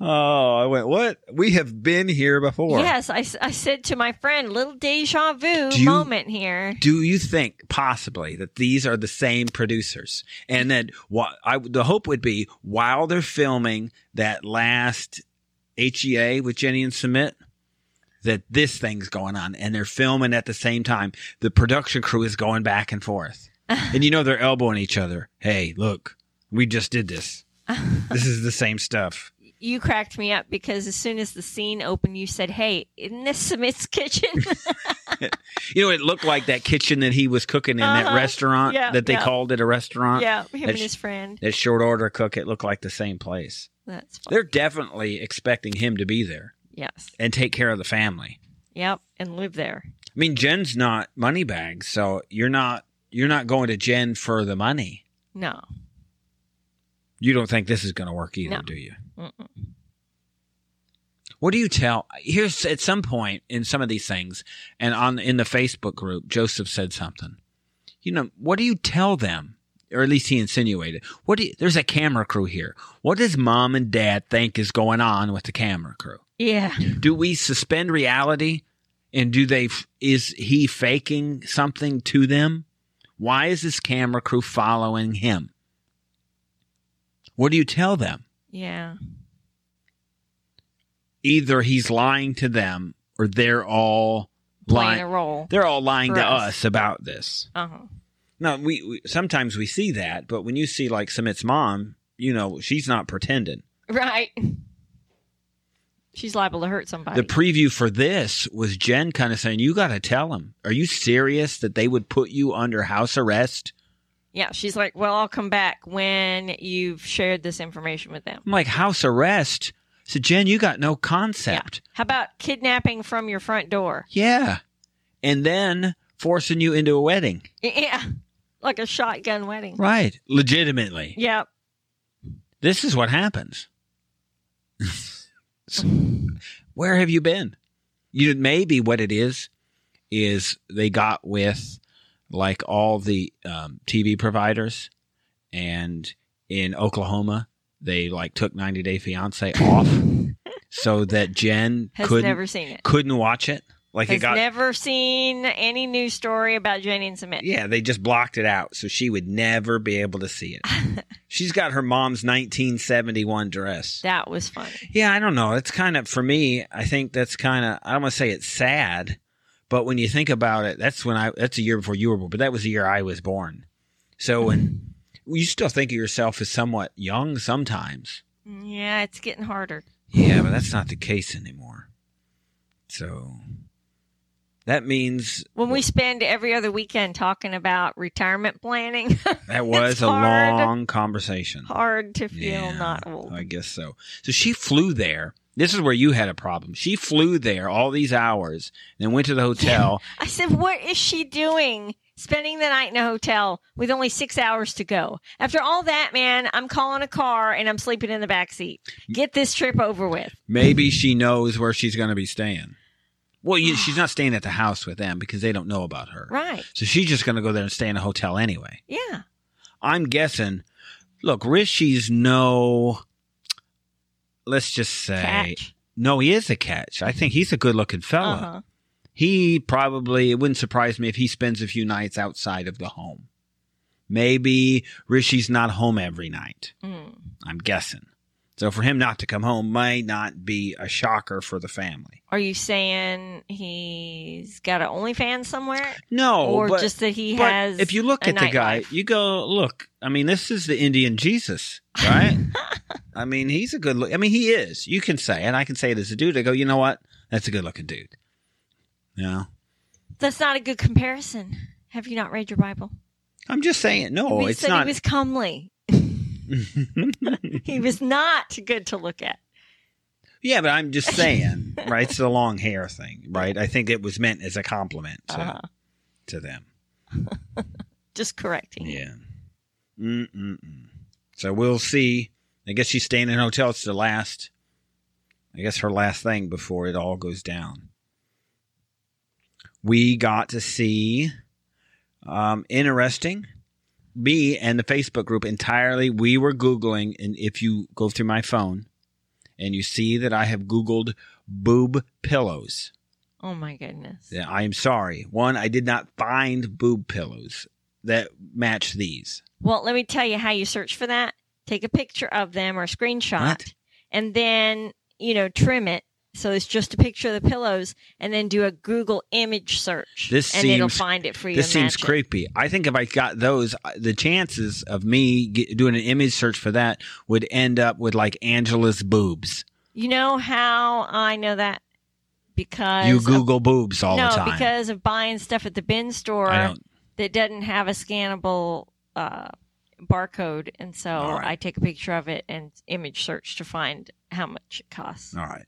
[SPEAKER 1] oh i went what we have been here before
[SPEAKER 2] Yes, I, s- I said to my friend, little deja vu
[SPEAKER 1] Do you-
[SPEAKER 2] moment here.
[SPEAKER 1] do you think possibly that these are the same producers and that wh- I, the hope would be while they're filming that last hea with jenny and submit that this thing's going on and they're filming at the same time the production crew is going back and forth and you know they're elbowing each other hey look we just did this this is the same stuff
[SPEAKER 2] you cracked me up because as soon as the scene opened, you said, "Hey, isn't this Smith's kitchen?"
[SPEAKER 1] you know it looked like that kitchen that he was cooking in that
[SPEAKER 2] Uh-huh.
[SPEAKER 1] restaurant
[SPEAKER 2] Yeah,
[SPEAKER 1] that they
[SPEAKER 2] yeah.
[SPEAKER 1] called it a restaurant
[SPEAKER 2] yeah, him and
[SPEAKER 1] sh-
[SPEAKER 2] his friend.
[SPEAKER 1] that short order cook it looked like the same place
[SPEAKER 2] That's fun.
[SPEAKER 1] They're definitely expecting him to be there
[SPEAKER 2] yes,
[SPEAKER 1] and take care of the family.
[SPEAKER 2] yep, and live there.
[SPEAKER 1] I mean, Jen's not money bag, so you're not you're not going to Jen for the money.
[SPEAKER 2] No,
[SPEAKER 1] You don't think this is going to work either,
[SPEAKER 2] No.
[SPEAKER 1] do you?
[SPEAKER 2] Mm-mm.
[SPEAKER 1] What do you tell? Here's at some point in some of these things, and on in the Facebook group, Joseph said something. You know, what do you tell them? Or at least he insinuated. What do you, there's a camera crew here. What does mom and dad think is going on with the camera crew?
[SPEAKER 2] yeah,
[SPEAKER 1] do we suspend reality and do they is he faking something to them why is this camera crew following him what do you tell them
[SPEAKER 2] yeah,
[SPEAKER 1] either he's lying to them or they're all
[SPEAKER 2] playing a
[SPEAKER 1] lying
[SPEAKER 2] role.
[SPEAKER 1] they're all lying
[SPEAKER 2] for
[SPEAKER 1] to
[SPEAKER 2] us.
[SPEAKER 1] us about this
[SPEAKER 2] Uh huh.
[SPEAKER 1] now we, we sometimes we see that but when you see like Sumit's mom you know she's not pretending
[SPEAKER 2] Right. She's liable to hurt somebody.
[SPEAKER 1] The preview for this was Jen kind of saying, You got to tell him. Are you serious that they would put you under house arrest?
[SPEAKER 2] yeah, she's like, "Well, I'll come back when you've shared this information with them."
[SPEAKER 1] I'm like, House arrest? So, Jen, you got no concept.
[SPEAKER 2] How about kidnapping from your front door?
[SPEAKER 1] Yeah. And then forcing you into a wedding.
[SPEAKER 2] Yeah, like a shotgun wedding.
[SPEAKER 1] Right. Legitimately.
[SPEAKER 2] Yep.
[SPEAKER 1] This is what happens. So, Where have you been? You maybe what it is is they got with like all the um, TV providers, and in Oklahoma they like took 90 Day Fiance off so that Jen
[SPEAKER 2] Has
[SPEAKER 1] couldn't
[SPEAKER 2] never seen it.
[SPEAKER 1] couldn't watch it. Like it
[SPEAKER 2] has
[SPEAKER 1] got
[SPEAKER 2] never seen any news story about Jenny and Submit.
[SPEAKER 1] yeah, they just blocked it out so she would never be able to see it. She's got her mom's 1971 dress.
[SPEAKER 2] That was funny.
[SPEAKER 1] Yeah, I don't know. It's kind of for me. I think that's kind of. I don't want to say it's sad, but when you think about it, that's when I. That's a year before you were born, but that was the year I was born. So when you still think of yourself as somewhat young sometimes.
[SPEAKER 2] Yeah, it's getting harder.
[SPEAKER 1] Yeah, but that's not the case anymore. So that means
[SPEAKER 2] When we spend every other weekend talking about retirement planning,
[SPEAKER 1] that was a
[SPEAKER 2] hard.
[SPEAKER 1] long conversation.
[SPEAKER 2] hard to feel
[SPEAKER 1] Yeah,
[SPEAKER 2] not old.
[SPEAKER 1] I guess so. So she flew there This is where you had a problem. She flew there all these hours, then went to the hotel.
[SPEAKER 2] I said, What is she doing? Spending the night in a hotel with only six hours to go. After all that, man, I'm calling a car and I'm sleeping in the back seat. Get this trip over with.
[SPEAKER 1] Maybe she knows where she's going to be staying. Well, you, she's not staying at the house with them because they don't know about her.
[SPEAKER 2] Right.
[SPEAKER 1] So she's just going to go there and stay in a hotel anyway.
[SPEAKER 2] Yeah.
[SPEAKER 1] I'm guessing. Look, Rishi's no. Let's just say
[SPEAKER 2] Catch.
[SPEAKER 1] no. He is a catch. I think he's a good-looking fella.
[SPEAKER 2] Uh-huh.
[SPEAKER 1] He probably it wouldn't surprise me if he spends a few nights outside of the home. Maybe Rishi's not home every night.
[SPEAKER 2] Mm.
[SPEAKER 1] I'm guessing. So for him not to come home might not be a shocker for the family.
[SPEAKER 2] Are you saying he's got an OnlyFans somewhere?
[SPEAKER 1] No,
[SPEAKER 2] or
[SPEAKER 1] Oh, but,
[SPEAKER 2] just that he
[SPEAKER 1] but
[SPEAKER 2] has.
[SPEAKER 1] if you look
[SPEAKER 2] a
[SPEAKER 1] at the guy,
[SPEAKER 2] nightlife?
[SPEAKER 1] you go look. I mean, this is the Indian Jesus, right? I mean, he's a good look. I mean, he is. You can say, and I can say it as a dude. I go, you know what? That's a good looking dude. No,
[SPEAKER 2] That's not a good comparison. Have you not read your Bible?
[SPEAKER 1] I'm just saying. No,
[SPEAKER 2] he
[SPEAKER 1] Oh, it's
[SPEAKER 2] said
[SPEAKER 1] not.
[SPEAKER 2] he was comely. He was not good to look at.
[SPEAKER 1] yeah, but I'm just saying, right? It's the long hair thing, right? I think it was meant as a compliment to,
[SPEAKER 2] Uh-huh.
[SPEAKER 1] to them.
[SPEAKER 2] Just correcting. you.
[SPEAKER 1] Yeah. Mm-mm-mm. So we'll see. I guess she's staying in a hotel. It's the last, I guess, her last thing before it all goes down. We got to see, um, interesting. Me and the Facebook group entirely. We were googling, and if you go through my phone, and you see that I have googled boob pillows.
[SPEAKER 2] Oh my goodness.
[SPEAKER 1] Yeah, I am sorry. One, I did not find boob pillows that match these.
[SPEAKER 2] Well, let me tell you how you search for that. Take a picture of them or a screenshot,
[SPEAKER 1] What?
[SPEAKER 2] and then you know trim it so it's just a picture of the pillows, and then do a Google image search.
[SPEAKER 1] This
[SPEAKER 2] and it'll
[SPEAKER 1] seems-
[SPEAKER 2] find it for you.
[SPEAKER 1] This
[SPEAKER 2] and
[SPEAKER 1] seems
[SPEAKER 2] match it.
[SPEAKER 1] creepy. I think if I got those, I- the chances of me get, doing an image search for that would end up with like Angela's boobs.
[SPEAKER 2] You know how I know that because
[SPEAKER 1] You
[SPEAKER 2] of-
[SPEAKER 1] Google boobs all
[SPEAKER 2] no,
[SPEAKER 1] the time.
[SPEAKER 2] because of buying stuff at the bin store
[SPEAKER 1] I don't.
[SPEAKER 2] that doesn't have a scannable uh, barcode, and so
[SPEAKER 1] All right.
[SPEAKER 2] I take a picture of it and image search to find how much it costs.
[SPEAKER 1] All right,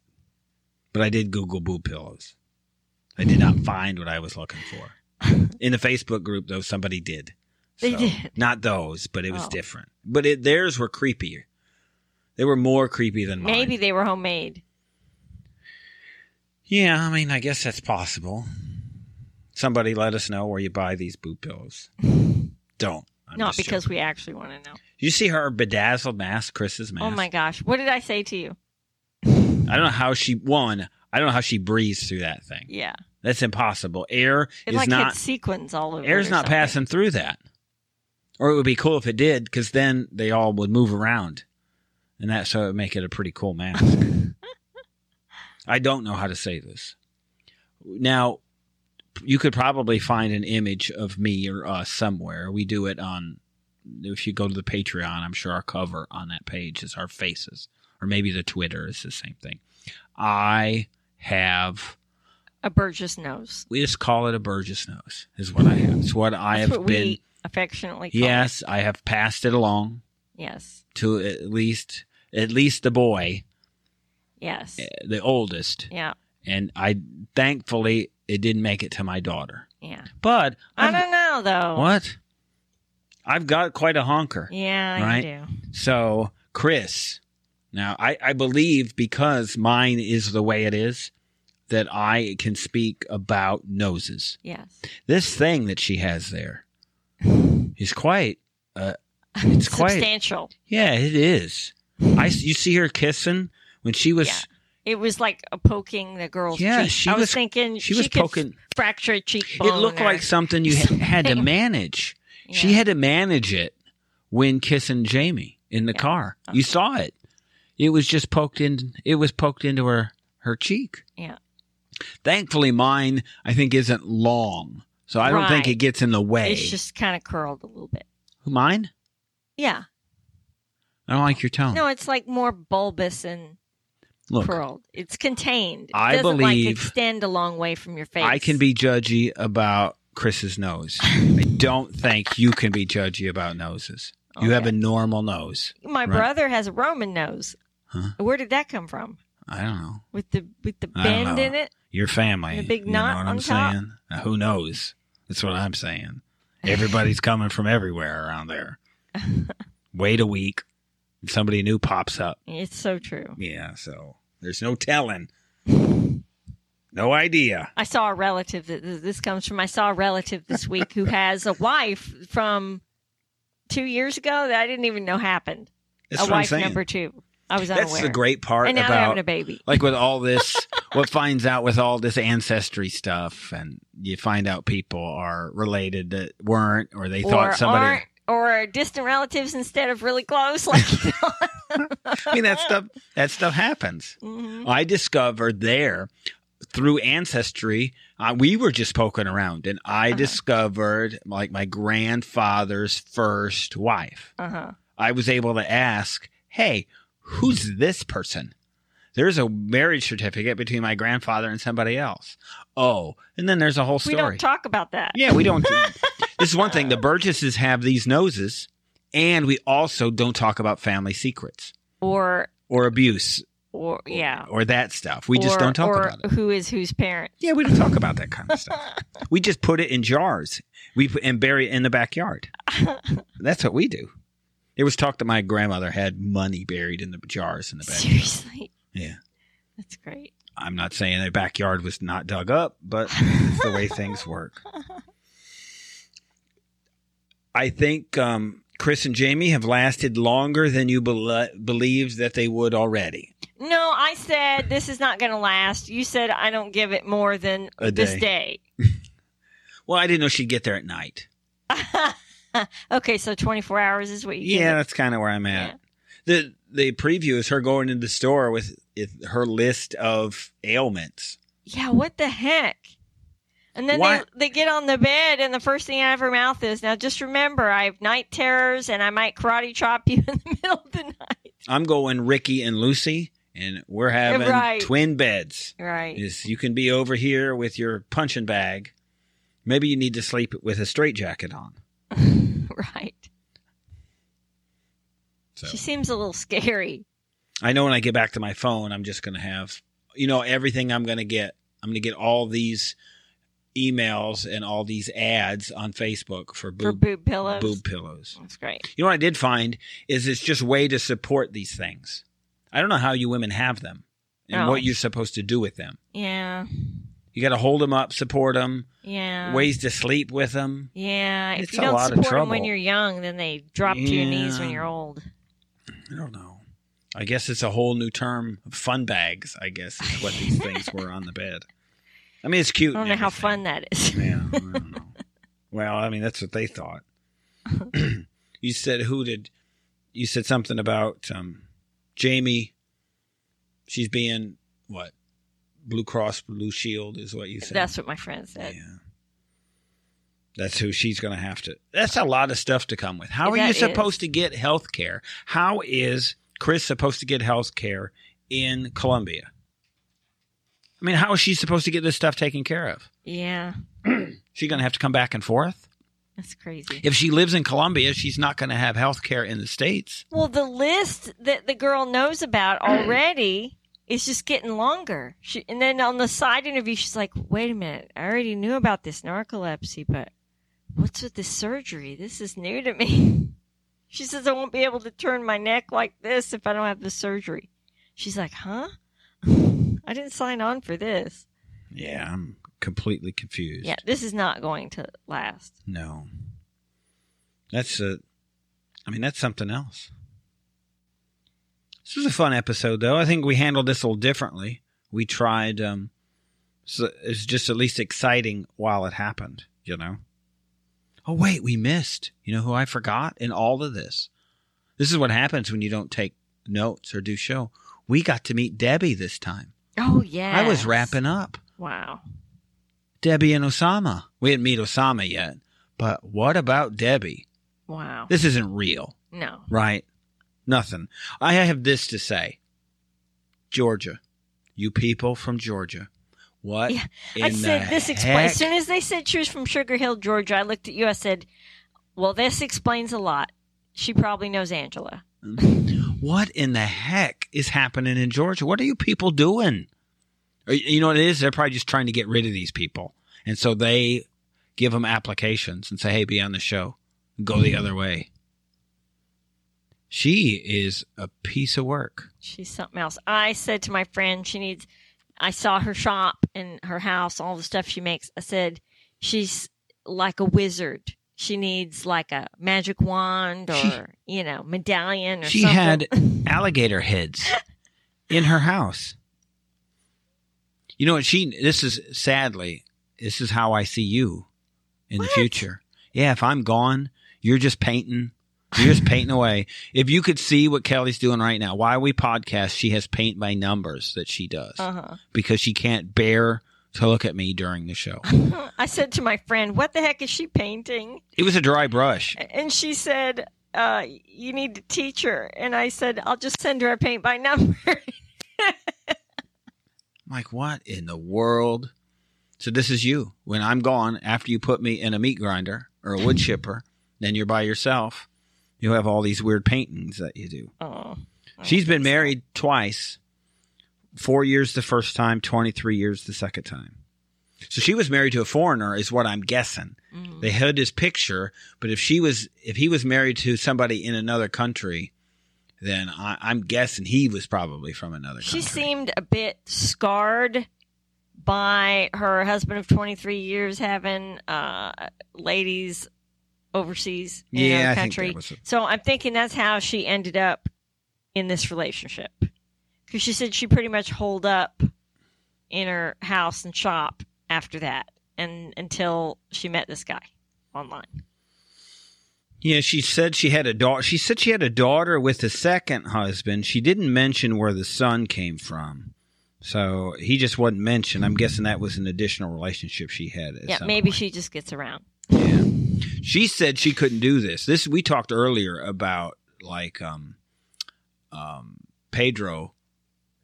[SPEAKER 1] but I did Google boob pillows. I did not find what I was looking for in the Facebook group, though. Somebody did.
[SPEAKER 2] They did.
[SPEAKER 1] Not those, but it was
[SPEAKER 2] Oh.
[SPEAKER 1] different. But it, theirs were creepier. They were more creepy than mine.
[SPEAKER 2] Maybe they were homemade.
[SPEAKER 1] Yeah, I mean, I guess that's possible. Somebody let us know where you buy these boob pillows. Don't. I'm
[SPEAKER 2] Not
[SPEAKER 1] just
[SPEAKER 2] because
[SPEAKER 1] joking.
[SPEAKER 2] we actually want to know.
[SPEAKER 1] you see her bedazzled mask, Chris's mask.
[SPEAKER 2] Oh my gosh. What did I say to you?
[SPEAKER 1] I don't know how she one. I don't know how she breathes through that thing.
[SPEAKER 2] Yeah.
[SPEAKER 1] That's impossible. Air
[SPEAKER 2] It
[SPEAKER 1] is
[SPEAKER 2] like
[SPEAKER 1] not
[SPEAKER 2] had sequins all over.
[SPEAKER 1] air's
[SPEAKER 2] it or
[SPEAKER 1] not
[SPEAKER 2] something.
[SPEAKER 1] passing through that. Or it would be cool if it did, because then they all would move around, and that so it would make it a pretty cool mask. I don't know how to say this. Now, you could probably find an image of me or us somewhere. We do it on. If you go to the Patreon, I'm sure our cover on that page is our faces, or maybe the Twitter is the same thing. I have.
[SPEAKER 2] A Burgess nose.
[SPEAKER 1] We just call it a Burgess nose. Is what I have. It's what I
[SPEAKER 2] That's
[SPEAKER 1] have
[SPEAKER 2] what
[SPEAKER 1] been.
[SPEAKER 2] we affectionately call it.
[SPEAKER 1] Yes, I have passed it along
[SPEAKER 2] Yes.
[SPEAKER 1] to at least at least the boy,
[SPEAKER 2] Yes.
[SPEAKER 1] eh, the oldest,
[SPEAKER 2] Yeah.
[SPEAKER 1] and I thankfully it didn't make it to my daughter.
[SPEAKER 2] Yeah.
[SPEAKER 1] But
[SPEAKER 2] I
[SPEAKER 1] I've-
[SPEAKER 2] don't know though.
[SPEAKER 1] what I've got quite a honker.
[SPEAKER 2] Yeah,
[SPEAKER 1] Right?
[SPEAKER 2] you do.
[SPEAKER 1] So Chris, now I, I believe because mine is the way it is that I can speak about noses.
[SPEAKER 2] Yes.
[SPEAKER 1] This thing that she has there is quite
[SPEAKER 2] It's
[SPEAKER 1] quite-
[SPEAKER 2] substantial.
[SPEAKER 1] Yeah, it is. I you see her kissing when she was
[SPEAKER 2] It was like a poking the girl's
[SPEAKER 1] Yeah,
[SPEAKER 2] cheek.
[SPEAKER 1] she
[SPEAKER 2] I was,
[SPEAKER 1] was-
[SPEAKER 2] thinking
[SPEAKER 1] she was
[SPEAKER 2] could
[SPEAKER 1] poking-
[SPEAKER 2] fracture a cheekbone.
[SPEAKER 1] it looked
[SPEAKER 2] or-
[SPEAKER 1] like something you ha- had to
[SPEAKER 2] something.
[SPEAKER 1] manage.
[SPEAKER 2] yeah.
[SPEAKER 1] She had to manage it when kissing Jamie in the
[SPEAKER 2] Yeah. Uh-huh.
[SPEAKER 1] car. You saw it. It was just poked in it was poked into her her cheek.
[SPEAKER 2] Yeah.
[SPEAKER 1] Thankfully mine I think isn't long. So I don't think
[SPEAKER 2] Right.
[SPEAKER 1] it gets in the way.
[SPEAKER 2] It's just kind of curled a little bit.
[SPEAKER 1] mine?
[SPEAKER 2] Yeah.
[SPEAKER 1] I don't like your tone.
[SPEAKER 2] No, it's like more bulbous and
[SPEAKER 1] Look,
[SPEAKER 2] curled. It's contained. It
[SPEAKER 1] I
[SPEAKER 2] doesn't
[SPEAKER 1] believe-
[SPEAKER 2] like extend a long way from your face.
[SPEAKER 1] I can be judgy about Chris's nose. I don't think you can be judgy about noses. You have
[SPEAKER 2] Okay.
[SPEAKER 1] a normal nose.
[SPEAKER 2] My
[SPEAKER 1] right.
[SPEAKER 2] brother has a Roman nose.
[SPEAKER 1] Huh?
[SPEAKER 2] Where did that come from?
[SPEAKER 1] I don't know.
[SPEAKER 2] with the with the
[SPEAKER 1] I don't
[SPEAKER 2] bend
[SPEAKER 1] know.
[SPEAKER 2] in it.
[SPEAKER 1] Your family.
[SPEAKER 2] The big
[SPEAKER 1] you
[SPEAKER 2] knot
[SPEAKER 1] know what
[SPEAKER 2] on
[SPEAKER 1] I'm
[SPEAKER 2] top.
[SPEAKER 1] saying? Uh, who knows? That's what I'm saying. Everybody's coming from everywhere around there. Wait a week. and Somebody new pops up.
[SPEAKER 2] It's so true.
[SPEAKER 1] Yeah, so there's no telling. No idea.
[SPEAKER 2] I saw a relative that th- this comes from. I saw a relative this week who has a wife from two years ago that I didn't even know happened.
[SPEAKER 1] That's
[SPEAKER 2] a
[SPEAKER 1] what I'm
[SPEAKER 2] wife
[SPEAKER 1] saying.
[SPEAKER 2] number two. I was unaware.
[SPEAKER 1] That's the great part
[SPEAKER 2] and now they're
[SPEAKER 1] about
[SPEAKER 2] having a baby.
[SPEAKER 1] like with all this what finds out with all this ancestry stuff and you find out people are related that weren't or they
[SPEAKER 2] or
[SPEAKER 1] thought somebody
[SPEAKER 2] aren't or are distant relatives instead of really close. Like, you know.
[SPEAKER 1] I mean that stuff that stuff happens.
[SPEAKER 2] Mhm.
[SPEAKER 1] I discovered there through ancestry uh, we were just poking around and I
[SPEAKER 2] Uh-huh.
[SPEAKER 1] discovered like my grandfather's first wife.
[SPEAKER 2] Uh-huh.
[SPEAKER 1] I was able to ask, hey, who's this person? There's a marriage certificate between my grandfather and somebody else. Oh, and then there's a whole
[SPEAKER 2] We
[SPEAKER 1] story.
[SPEAKER 2] don't talk about that.
[SPEAKER 1] yeah, we don't. this is one thing. The Burgesses have these noses, and we also don't talk about family secrets
[SPEAKER 2] Or
[SPEAKER 1] or abuse
[SPEAKER 2] or yeah.
[SPEAKER 1] or that stuff. We just
[SPEAKER 2] Oh. Or-
[SPEAKER 1] don't talk
[SPEAKER 2] or
[SPEAKER 1] about it.
[SPEAKER 2] Who is whose parent?
[SPEAKER 1] Yeah, we don't talk about that kind of stuff. We just put it in jars. We put, and bury it in the backyard. That's what we do. It was talk that my grandmother had money buried in the jars in the backyard.
[SPEAKER 2] Seriously.
[SPEAKER 1] Yeah.
[SPEAKER 2] That's great.
[SPEAKER 1] I'm not saying their backyard was not dug up, but it's the way things work. I think um, Chris and Jamie have lasted longer than you bel believed that they would already.
[SPEAKER 2] No, I said this is not going to last. You said I don't give it more than
[SPEAKER 1] A
[SPEAKER 2] this
[SPEAKER 1] day.
[SPEAKER 2] day.
[SPEAKER 1] Well, I didn't know she'd get there at night.
[SPEAKER 2] okay, so 24 hours is what you give
[SPEAKER 1] Yeah,
[SPEAKER 2] it.
[SPEAKER 1] that's kind of where I'm at. The the preview is her going into the store with it, her list of ailments.
[SPEAKER 2] Yeah, what the heck? And then
[SPEAKER 1] Why-
[SPEAKER 2] they, they get on the bed, and the first thing out of her mouth is, "Now just remember, I have night terrors, and I might karate chop you in the middle of the night."
[SPEAKER 1] I'm going Ricky and Lucy, and we're having
[SPEAKER 2] Right.
[SPEAKER 1] twin beds.
[SPEAKER 2] Right?
[SPEAKER 1] is you can be over here with your punching bag. Maybe you need to sleep with a straitjacket on.
[SPEAKER 2] right.
[SPEAKER 1] So
[SPEAKER 2] She seems a little scary.
[SPEAKER 1] I know when I get back to my phone, I'm just going to have, you know, everything I'm going to get. I'm going to get all these emails and all these ads on Facebook for
[SPEAKER 2] for
[SPEAKER 1] boob,
[SPEAKER 2] boob pillows.
[SPEAKER 1] boob pillows.
[SPEAKER 2] That's great.
[SPEAKER 1] You know what I did find is it's just way to support these things. I don't know how you women have them and
[SPEAKER 2] Oh.
[SPEAKER 1] what you're supposed to do with them.
[SPEAKER 2] Yeah.
[SPEAKER 1] You got to hold them up, support them,
[SPEAKER 2] Yeah.
[SPEAKER 1] ways to sleep with them.
[SPEAKER 2] Yeah. If
[SPEAKER 1] It's
[SPEAKER 2] you
[SPEAKER 1] a
[SPEAKER 2] don't
[SPEAKER 1] lot of
[SPEAKER 2] support them when
[SPEAKER 1] trouble.
[SPEAKER 2] you're young, then they drop to your knees when
[SPEAKER 1] Yeah.
[SPEAKER 2] you're old.
[SPEAKER 1] I don't know. I guess it's a whole new term. Fun bags, I guess, is what these things were on the bed. I mean, it's
[SPEAKER 2] I
[SPEAKER 1] cute.
[SPEAKER 2] don't
[SPEAKER 1] and
[SPEAKER 2] know how
[SPEAKER 1] everything.
[SPEAKER 2] fun that is.
[SPEAKER 1] Yeah, I don't know. Well, I mean, that's what they thought.
[SPEAKER 2] Uh-huh.
[SPEAKER 1] you said who did? You said something about um, Jamie. She's being what? Blue Cross Blue Shield is what you said.
[SPEAKER 2] That's what my friend said.
[SPEAKER 1] yeah. That's who she's going to have to. That's a lot of stuff to come with. How are
[SPEAKER 2] That
[SPEAKER 1] you
[SPEAKER 2] is.
[SPEAKER 1] supposed to get health care? How is Chris supposed to get health care in Colombia? I mean, how is she supposed to get this stuff taken care of?
[SPEAKER 2] Yeah.
[SPEAKER 1] She's going to have to come back and forth.
[SPEAKER 2] That's crazy.
[SPEAKER 1] If she lives in Colombia, she's not going to have health care in the States.
[SPEAKER 2] Well, the list that the girl knows about already is just getting longer. She, and then on the side interview, she's like, wait a minute, I already knew about this narcolepsy, but what's with this surgery? This is new to me. She says, I won't be able to turn my neck like this if I don't have the surgery. She's like, huh? I didn't sign on for this.
[SPEAKER 1] Yeah, I'm completely confused.
[SPEAKER 2] Yeah, this is not going to last.
[SPEAKER 1] No. That's a I mean that's something else. This was a fun episode though. I think we handled this a little differently. We tried um so it's just at least exciting while it happened, you know. Oh wait, we missed. You know who I forgot in all of this. This is what happens when you don't take notes or do show. We got to meet Debbie this time.
[SPEAKER 2] Oh, yeah.
[SPEAKER 1] I was wrapping up.
[SPEAKER 2] Wow.
[SPEAKER 1] Debbie and Osama. We didn't meet Osama yet, but what about Debbie?
[SPEAKER 2] Wow.
[SPEAKER 1] This isn't real,
[SPEAKER 2] No.
[SPEAKER 1] right? Nothing. I have this to say Georgia, you people from Georgia, what?
[SPEAKER 2] Yeah,
[SPEAKER 1] in
[SPEAKER 2] I said
[SPEAKER 1] the
[SPEAKER 2] this explains. As
[SPEAKER 1] heck?"
[SPEAKER 2] soon as they said she was from Sugar Hill, Georgia, I looked at you. I said, "Well, this explains a lot. She probably knows Angela."
[SPEAKER 1] what in the heck is happening in Georgia? What are you people doing? Or, You know what it is? They're probably just trying to get rid of these people. And so they give them applications and say, hey, be on the show. Go
[SPEAKER 2] Mm-hmm.
[SPEAKER 1] the other way. She is a piece of work.
[SPEAKER 2] She's something else. I said to my friend, she needs. I saw her shop and her house, all the stuff she makes. I said, she's like a wizard. She needs like a magic wand or
[SPEAKER 1] She-
[SPEAKER 2] you know medallion or
[SPEAKER 1] She
[SPEAKER 2] something.
[SPEAKER 1] had alligator heads in her house. You know what? She this is sadly this is how I see you in
[SPEAKER 2] What?
[SPEAKER 1] the future. Yeah, if I'm gone, you're just painting. You're just painting away. If you could see what Kelly's doing right now, why we podcast, she has paint by numbers that she does
[SPEAKER 2] Uh
[SPEAKER 1] because she can't bear to look at me during the show.
[SPEAKER 2] huh. I said to my friend, "What the heck is she painting?"
[SPEAKER 1] It was a dry brush.
[SPEAKER 2] And she said, uh, "You need to teach her." And I said, "I'll just send her a paint by number."
[SPEAKER 1] I'm like, what in the world? So this is you. When I'm gone, after you put me in a meat grinder or a wood chipper, then you're by yourself. You have all these weird paintings that you do.
[SPEAKER 2] oh,
[SPEAKER 1] She's been married twice. Four years the first time, 23 years the second time. So she was married to a foreigner, is what I'm guessing.
[SPEAKER 2] Mm.
[SPEAKER 1] They had his picture, but if she was, if he was married to somebody in another country, then I, I'm guessing he was probably from another.
[SPEAKER 2] She
[SPEAKER 1] country.
[SPEAKER 2] seemed a bit scarred by her husband of 23 years having uh, ladies overseas in
[SPEAKER 1] yeah,
[SPEAKER 2] another
[SPEAKER 1] I think
[SPEAKER 2] country.
[SPEAKER 1] that was a-
[SPEAKER 2] so I'm thinking that's how she ended up in this relationship. Because she said she pretty much holed up in her house and shop after that and until she met this guy online.
[SPEAKER 1] Yeah, she said she had a daughter. She said she had a daughter with the second husband. She didn't mention where the son came from, so he just wasn't mentioned. I'm guessing that was an additional relationship she had. At
[SPEAKER 2] yeah,
[SPEAKER 1] some
[SPEAKER 2] maybe
[SPEAKER 1] point.
[SPEAKER 2] she just gets around.
[SPEAKER 1] She said she couldn't do this. This we talked earlier about like um, um, Pedro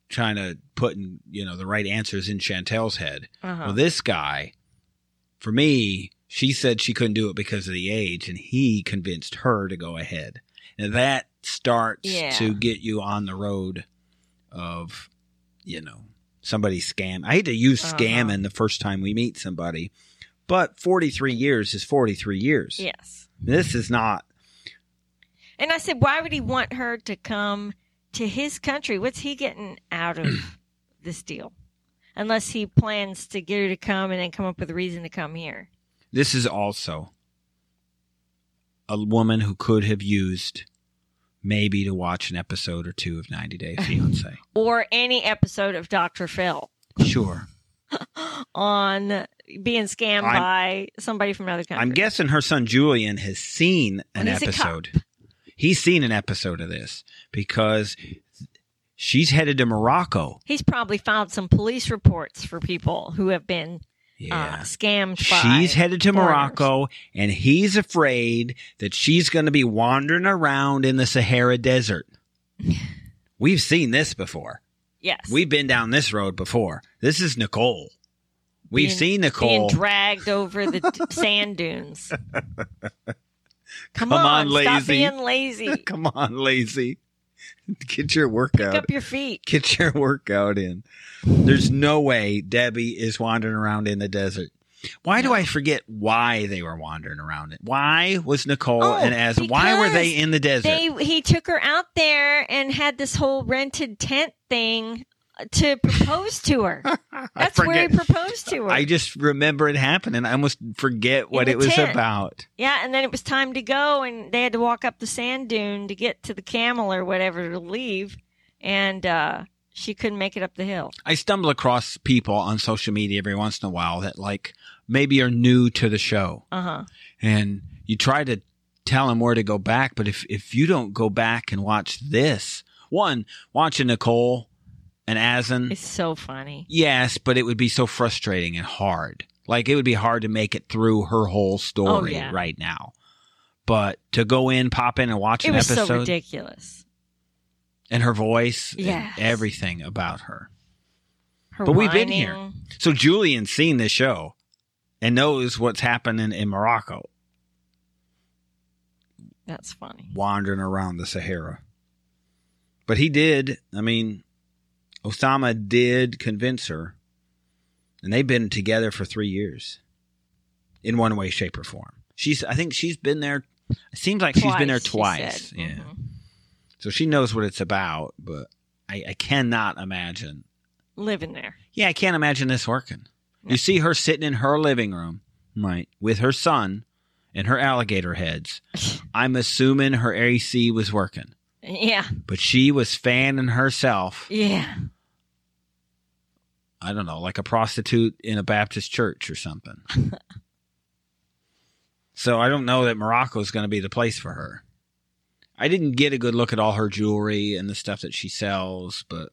[SPEAKER 1] trying to put in, you know the right answers in Chantel's head.
[SPEAKER 2] Uh-huh.
[SPEAKER 1] Well, this guy, for me, she said she couldn't do it because of the age, and he convinced her to go ahead. And that starts
[SPEAKER 2] Yeah.
[SPEAKER 1] to get you on the road of, you know, somebody scam. I hate to use
[SPEAKER 2] Uh-huh.
[SPEAKER 1] scamming the first time we meet somebody, but 43 years is 43 years.
[SPEAKER 2] yes.
[SPEAKER 1] This is not.
[SPEAKER 2] And I said, why would he want her to come to his country? What's he getting out of this deal? Unless he plans to get her to come and then come up with a reason to come here.
[SPEAKER 1] This is also a woman who could have used maybe to watch an episode or two of 90 Day Fiance.
[SPEAKER 2] Or any episode of Dr. Phil
[SPEAKER 1] sure.
[SPEAKER 2] on being scammed
[SPEAKER 1] I'm-
[SPEAKER 2] by somebody from another country.
[SPEAKER 1] I'm guessing her son Julian has seen an
[SPEAKER 2] He's a
[SPEAKER 1] episode. He's seen an episode of this because she's headed to Morocco.
[SPEAKER 2] He's probably filed some police reports for people who have been uh,
[SPEAKER 1] Yeah.
[SPEAKER 2] scammed by.
[SPEAKER 1] She's headed to
[SPEAKER 2] foreigners.
[SPEAKER 1] Morocco and he's afraid that she's going to be wandering around in the Sahara Desert. We've seen this before.
[SPEAKER 2] yes.
[SPEAKER 1] We've been down this road before. This is Nicole. We've
[SPEAKER 2] Being-
[SPEAKER 1] seen
[SPEAKER 2] being
[SPEAKER 1] Nicole.
[SPEAKER 2] dragged over the d- sand dunes. Come,
[SPEAKER 1] Come on,
[SPEAKER 2] Stop
[SPEAKER 1] lazy.
[SPEAKER 2] being lazy.
[SPEAKER 1] Come on, lazy. Get your
[SPEAKER 2] Pick
[SPEAKER 1] workout.
[SPEAKER 2] up your feet.
[SPEAKER 1] get your workout in. There's no way Debbie is wandering around in the desert. Why do I forget why they were wandering around it? Why was Nicole
[SPEAKER 2] Oh,
[SPEAKER 1] and as why were they in the desert?
[SPEAKER 2] They he took her out there and had this whole rented tent thing to propose to her. That's where he
[SPEAKER 1] forget.
[SPEAKER 2] proposed to her.
[SPEAKER 1] I just remember it happening. I almost forget what
[SPEAKER 2] the
[SPEAKER 1] it was
[SPEAKER 2] tent.
[SPEAKER 1] about.
[SPEAKER 2] yeah, and then it was time to go, and they had to walk up the sand dune to get to the camel or whatever to leave, and uh, she couldn't make it up the hill.
[SPEAKER 1] I stumble across people on social media every once in a while that like maybe are new to the show.
[SPEAKER 2] Uh huh.
[SPEAKER 1] and you try to tell them where to go back but if if you don't go back and watch this one watching nicole and asin
[SPEAKER 2] It's so funny.
[SPEAKER 1] yes but it would be so frustrating and hard like it would be hard to make it through her whole story
[SPEAKER 2] Oh, yeah.
[SPEAKER 1] right now but to go in pop in and watch
[SPEAKER 2] It
[SPEAKER 1] an
[SPEAKER 2] was
[SPEAKER 1] episode
[SPEAKER 2] so ridiculous.
[SPEAKER 1] and her voice and
[SPEAKER 2] Yes.
[SPEAKER 1] everything about her
[SPEAKER 2] Her
[SPEAKER 1] But we've been here.
[SPEAKER 2] whining.
[SPEAKER 1] so julian's seen this show and knows what's happening in morocco
[SPEAKER 2] That's funny.
[SPEAKER 1] wandering around the sahara But he did. I mean, Osama did convince her, and they've been together for three years, in one way, shape, or form. She's. I think she's been there. It seems like she's been there twice.
[SPEAKER 2] she said.
[SPEAKER 1] yeah.
[SPEAKER 2] Mhm.
[SPEAKER 1] So she knows what it's about. But I, I cannot imagine.
[SPEAKER 2] Living there.
[SPEAKER 1] Yeah, I can't imagine this working. You see her sitting in her living room, right, with her son and her alligator heads. I'm assuming her AC was working,
[SPEAKER 2] Yeah.
[SPEAKER 1] but she was fanning herself.
[SPEAKER 2] Yeah.
[SPEAKER 1] I don't know, like a prostitute in a Baptist church or something. so I don't know that Morocco is going to be the place for her. I didn't get a good look at all her jewelry and the stuff that she sells, but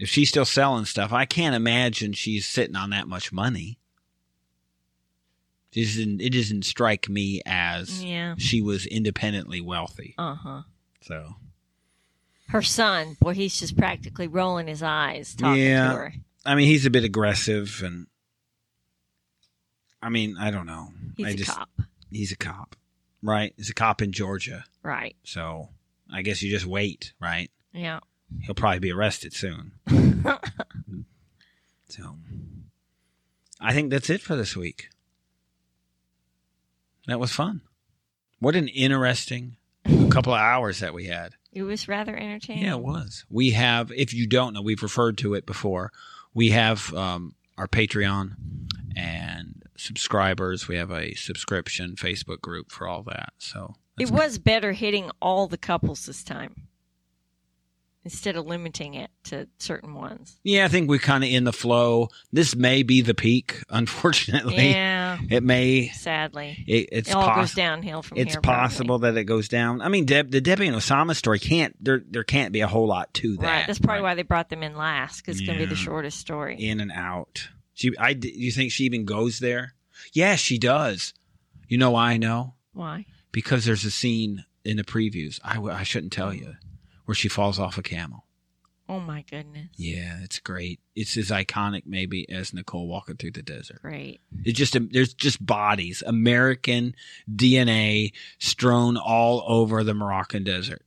[SPEAKER 1] if she's still selling stuff, I can't imagine she's sitting on that much money. It doesn't, it doesn't strike me as
[SPEAKER 2] Yeah.
[SPEAKER 1] she was independently wealthy.
[SPEAKER 2] Uh huh.
[SPEAKER 1] So
[SPEAKER 2] Her son, boy, he's just practically rolling his eyes talking
[SPEAKER 1] Yeah.
[SPEAKER 2] to her.
[SPEAKER 1] I mean, he's a bit aggressive, and I mean, I don't know.
[SPEAKER 2] He's
[SPEAKER 1] I
[SPEAKER 2] a
[SPEAKER 1] just
[SPEAKER 2] cop.
[SPEAKER 1] he's a cop, right? He's a cop in Georgia,
[SPEAKER 2] Right.
[SPEAKER 1] so I guess you just wait, right?
[SPEAKER 2] Yeah.
[SPEAKER 1] He'll probably be arrested soon. so I think that's it for this week. That was fun. What an interesting couple of hours that we had.
[SPEAKER 2] It was rather entertaining.
[SPEAKER 1] Yeah, it was. We have, if you don't know, we've referred to it before. We have um, our Patreon and subscribers. We have a subscription Facebook group for all that. So
[SPEAKER 2] it
[SPEAKER 1] that's
[SPEAKER 2] was better hitting all the couples this time instead of limiting it to certain ones.
[SPEAKER 1] Yeah, I think we're kind of in the flow. This may be the peak. Unfortunately,
[SPEAKER 2] yeah.
[SPEAKER 1] it may.
[SPEAKER 2] Sadly.
[SPEAKER 1] It, it's
[SPEAKER 2] it all
[SPEAKER 1] possible.
[SPEAKER 2] goes downhill from
[SPEAKER 1] It's
[SPEAKER 2] here. probably.
[SPEAKER 1] possible that it goes down. I mean, Deb, the Debbie and Osama story can't there. There can't be a whole lot to that.
[SPEAKER 2] right. That's probably
[SPEAKER 1] right?
[SPEAKER 2] why they brought them in last because it's going to be the
[SPEAKER 1] Yeah.
[SPEAKER 2] shortest story.
[SPEAKER 1] in and out. She, I. d- You think she even goes there? Yeah, she does. You know why I know?
[SPEAKER 2] Why?
[SPEAKER 1] Because there's a scene in the previews. I, w- I shouldn't tell you where she falls off a camel.
[SPEAKER 2] Oh my goodness.
[SPEAKER 1] Yeah, it's great. It's as iconic maybe as Nicole walking through the desert.
[SPEAKER 2] Great.
[SPEAKER 1] It's just um, there's just bodies, American DNA strewn all over the Moroccan desert.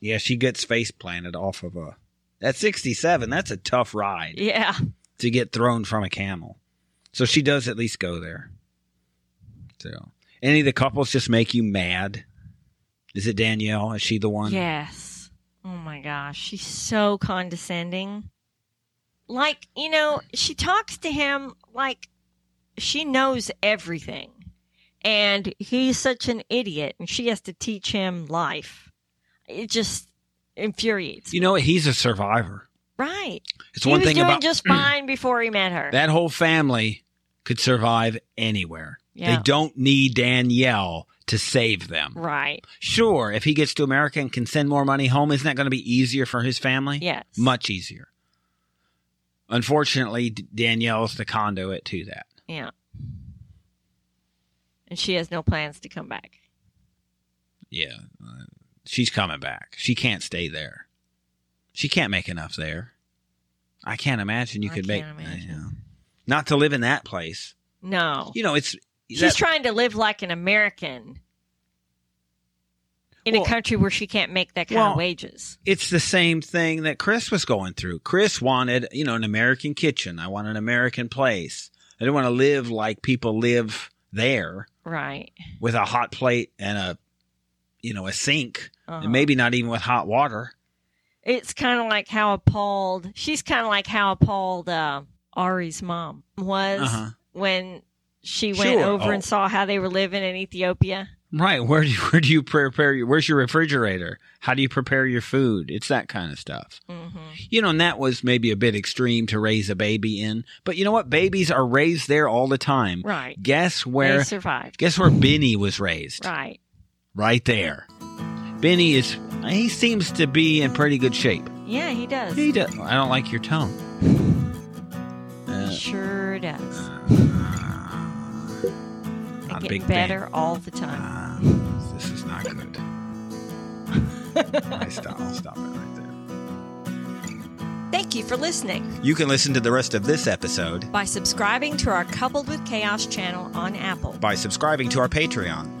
[SPEAKER 1] yeah, she gets face planted off of a. That's 67. That's a tough ride
[SPEAKER 2] Yeah.
[SPEAKER 1] to get thrown from a camel. So she does at least go there. So any of the couples just make you mad? Is it Danielle? Is she the one?
[SPEAKER 2] Yes. Oh my gosh. She's so condescending. Like, you know, she talks to him like she knows everything. And he's such an idiot and she has to teach him life. It just infuriates. me.
[SPEAKER 1] You know what? He's a survivor.
[SPEAKER 2] Right.
[SPEAKER 1] It's
[SPEAKER 2] he
[SPEAKER 1] one
[SPEAKER 2] was
[SPEAKER 1] thing
[SPEAKER 2] doing
[SPEAKER 1] about
[SPEAKER 2] just fine before he met her.
[SPEAKER 1] That whole family could survive anywhere.
[SPEAKER 2] Yeah.
[SPEAKER 1] They don't need Danielle to save them.
[SPEAKER 2] right.
[SPEAKER 1] Sure, if he gets to America and can send more money home, isn't that going to be easier for his family?
[SPEAKER 2] Yes.
[SPEAKER 1] Much easier. Unfortunately, D- Danielle's the conduit to that.
[SPEAKER 2] Yeah. And she has no plans to come back.
[SPEAKER 1] Yeah. uh, She's coming back. She can't stay there. She can't make enough there. I can't imagine you
[SPEAKER 2] I
[SPEAKER 1] could
[SPEAKER 2] can't
[SPEAKER 1] make
[SPEAKER 2] imagine.
[SPEAKER 1] yeah. not to live in that place.
[SPEAKER 2] No.
[SPEAKER 1] You know, it's
[SPEAKER 2] She's
[SPEAKER 1] that-
[SPEAKER 2] trying to live like an American in
[SPEAKER 1] Well-
[SPEAKER 2] a country where she can't make that kind
[SPEAKER 1] Well-
[SPEAKER 2] of wages.
[SPEAKER 1] it's the same thing that Chris was going through. Chris wanted, you know, an American kitchen. I want an American place. I didn't want to live like people live there
[SPEAKER 2] Right.
[SPEAKER 1] with a hot plate and a, you know, a sink
[SPEAKER 2] Uh-huh.
[SPEAKER 1] and maybe not even with hot water.
[SPEAKER 2] It's kind of like how appalled she's kind of like how appalled uh, Ari's mom was
[SPEAKER 1] Uh-huh.
[SPEAKER 2] when she went
[SPEAKER 1] Sure.
[SPEAKER 2] over
[SPEAKER 1] Oh.
[SPEAKER 2] and saw how they were living in Ethiopia.
[SPEAKER 1] Right. Where do you, where do you prepare your, where's your refrigerator? How do you prepare your food? It's that kind of stuff.
[SPEAKER 2] hmm
[SPEAKER 1] You know, and that was maybe a bit extreme to raise a baby in, but you know what? Babies are raised there all the time.
[SPEAKER 2] Right.
[SPEAKER 1] Guess
[SPEAKER 2] They
[SPEAKER 1] where,
[SPEAKER 2] survived.
[SPEAKER 1] guess where Benny was raised?
[SPEAKER 2] Right.
[SPEAKER 1] right there. Benny is he seems to be in pretty good shape.
[SPEAKER 2] Yeah, he does.
[SPEAKER 1] He does. I don't like your tone.
[SPEAKER 2] He
[SPEAKER 1] Uh,
[SPEAKER 2] sure does. They
[SPEAKER 1] not Uh, a
[SPEAKER 2] get
[SPEAKER 1] big
[SPEAKER 2] better
[SPEAKER 1] fan.
[SPEAKER 2] all the time.
[SPEAKER 1] Uh, this is not good. I stop. I'll stop it right there. Uh-huh.
[SPEAKER 2] Thank you for listening.
[SPEAKER 1] You can listen to the rest of this episode
[SPEAKER 2] by subscribing to our Coupled with Chaos channel on Apple
[SPEAKER 1] by subscribing to our Patreon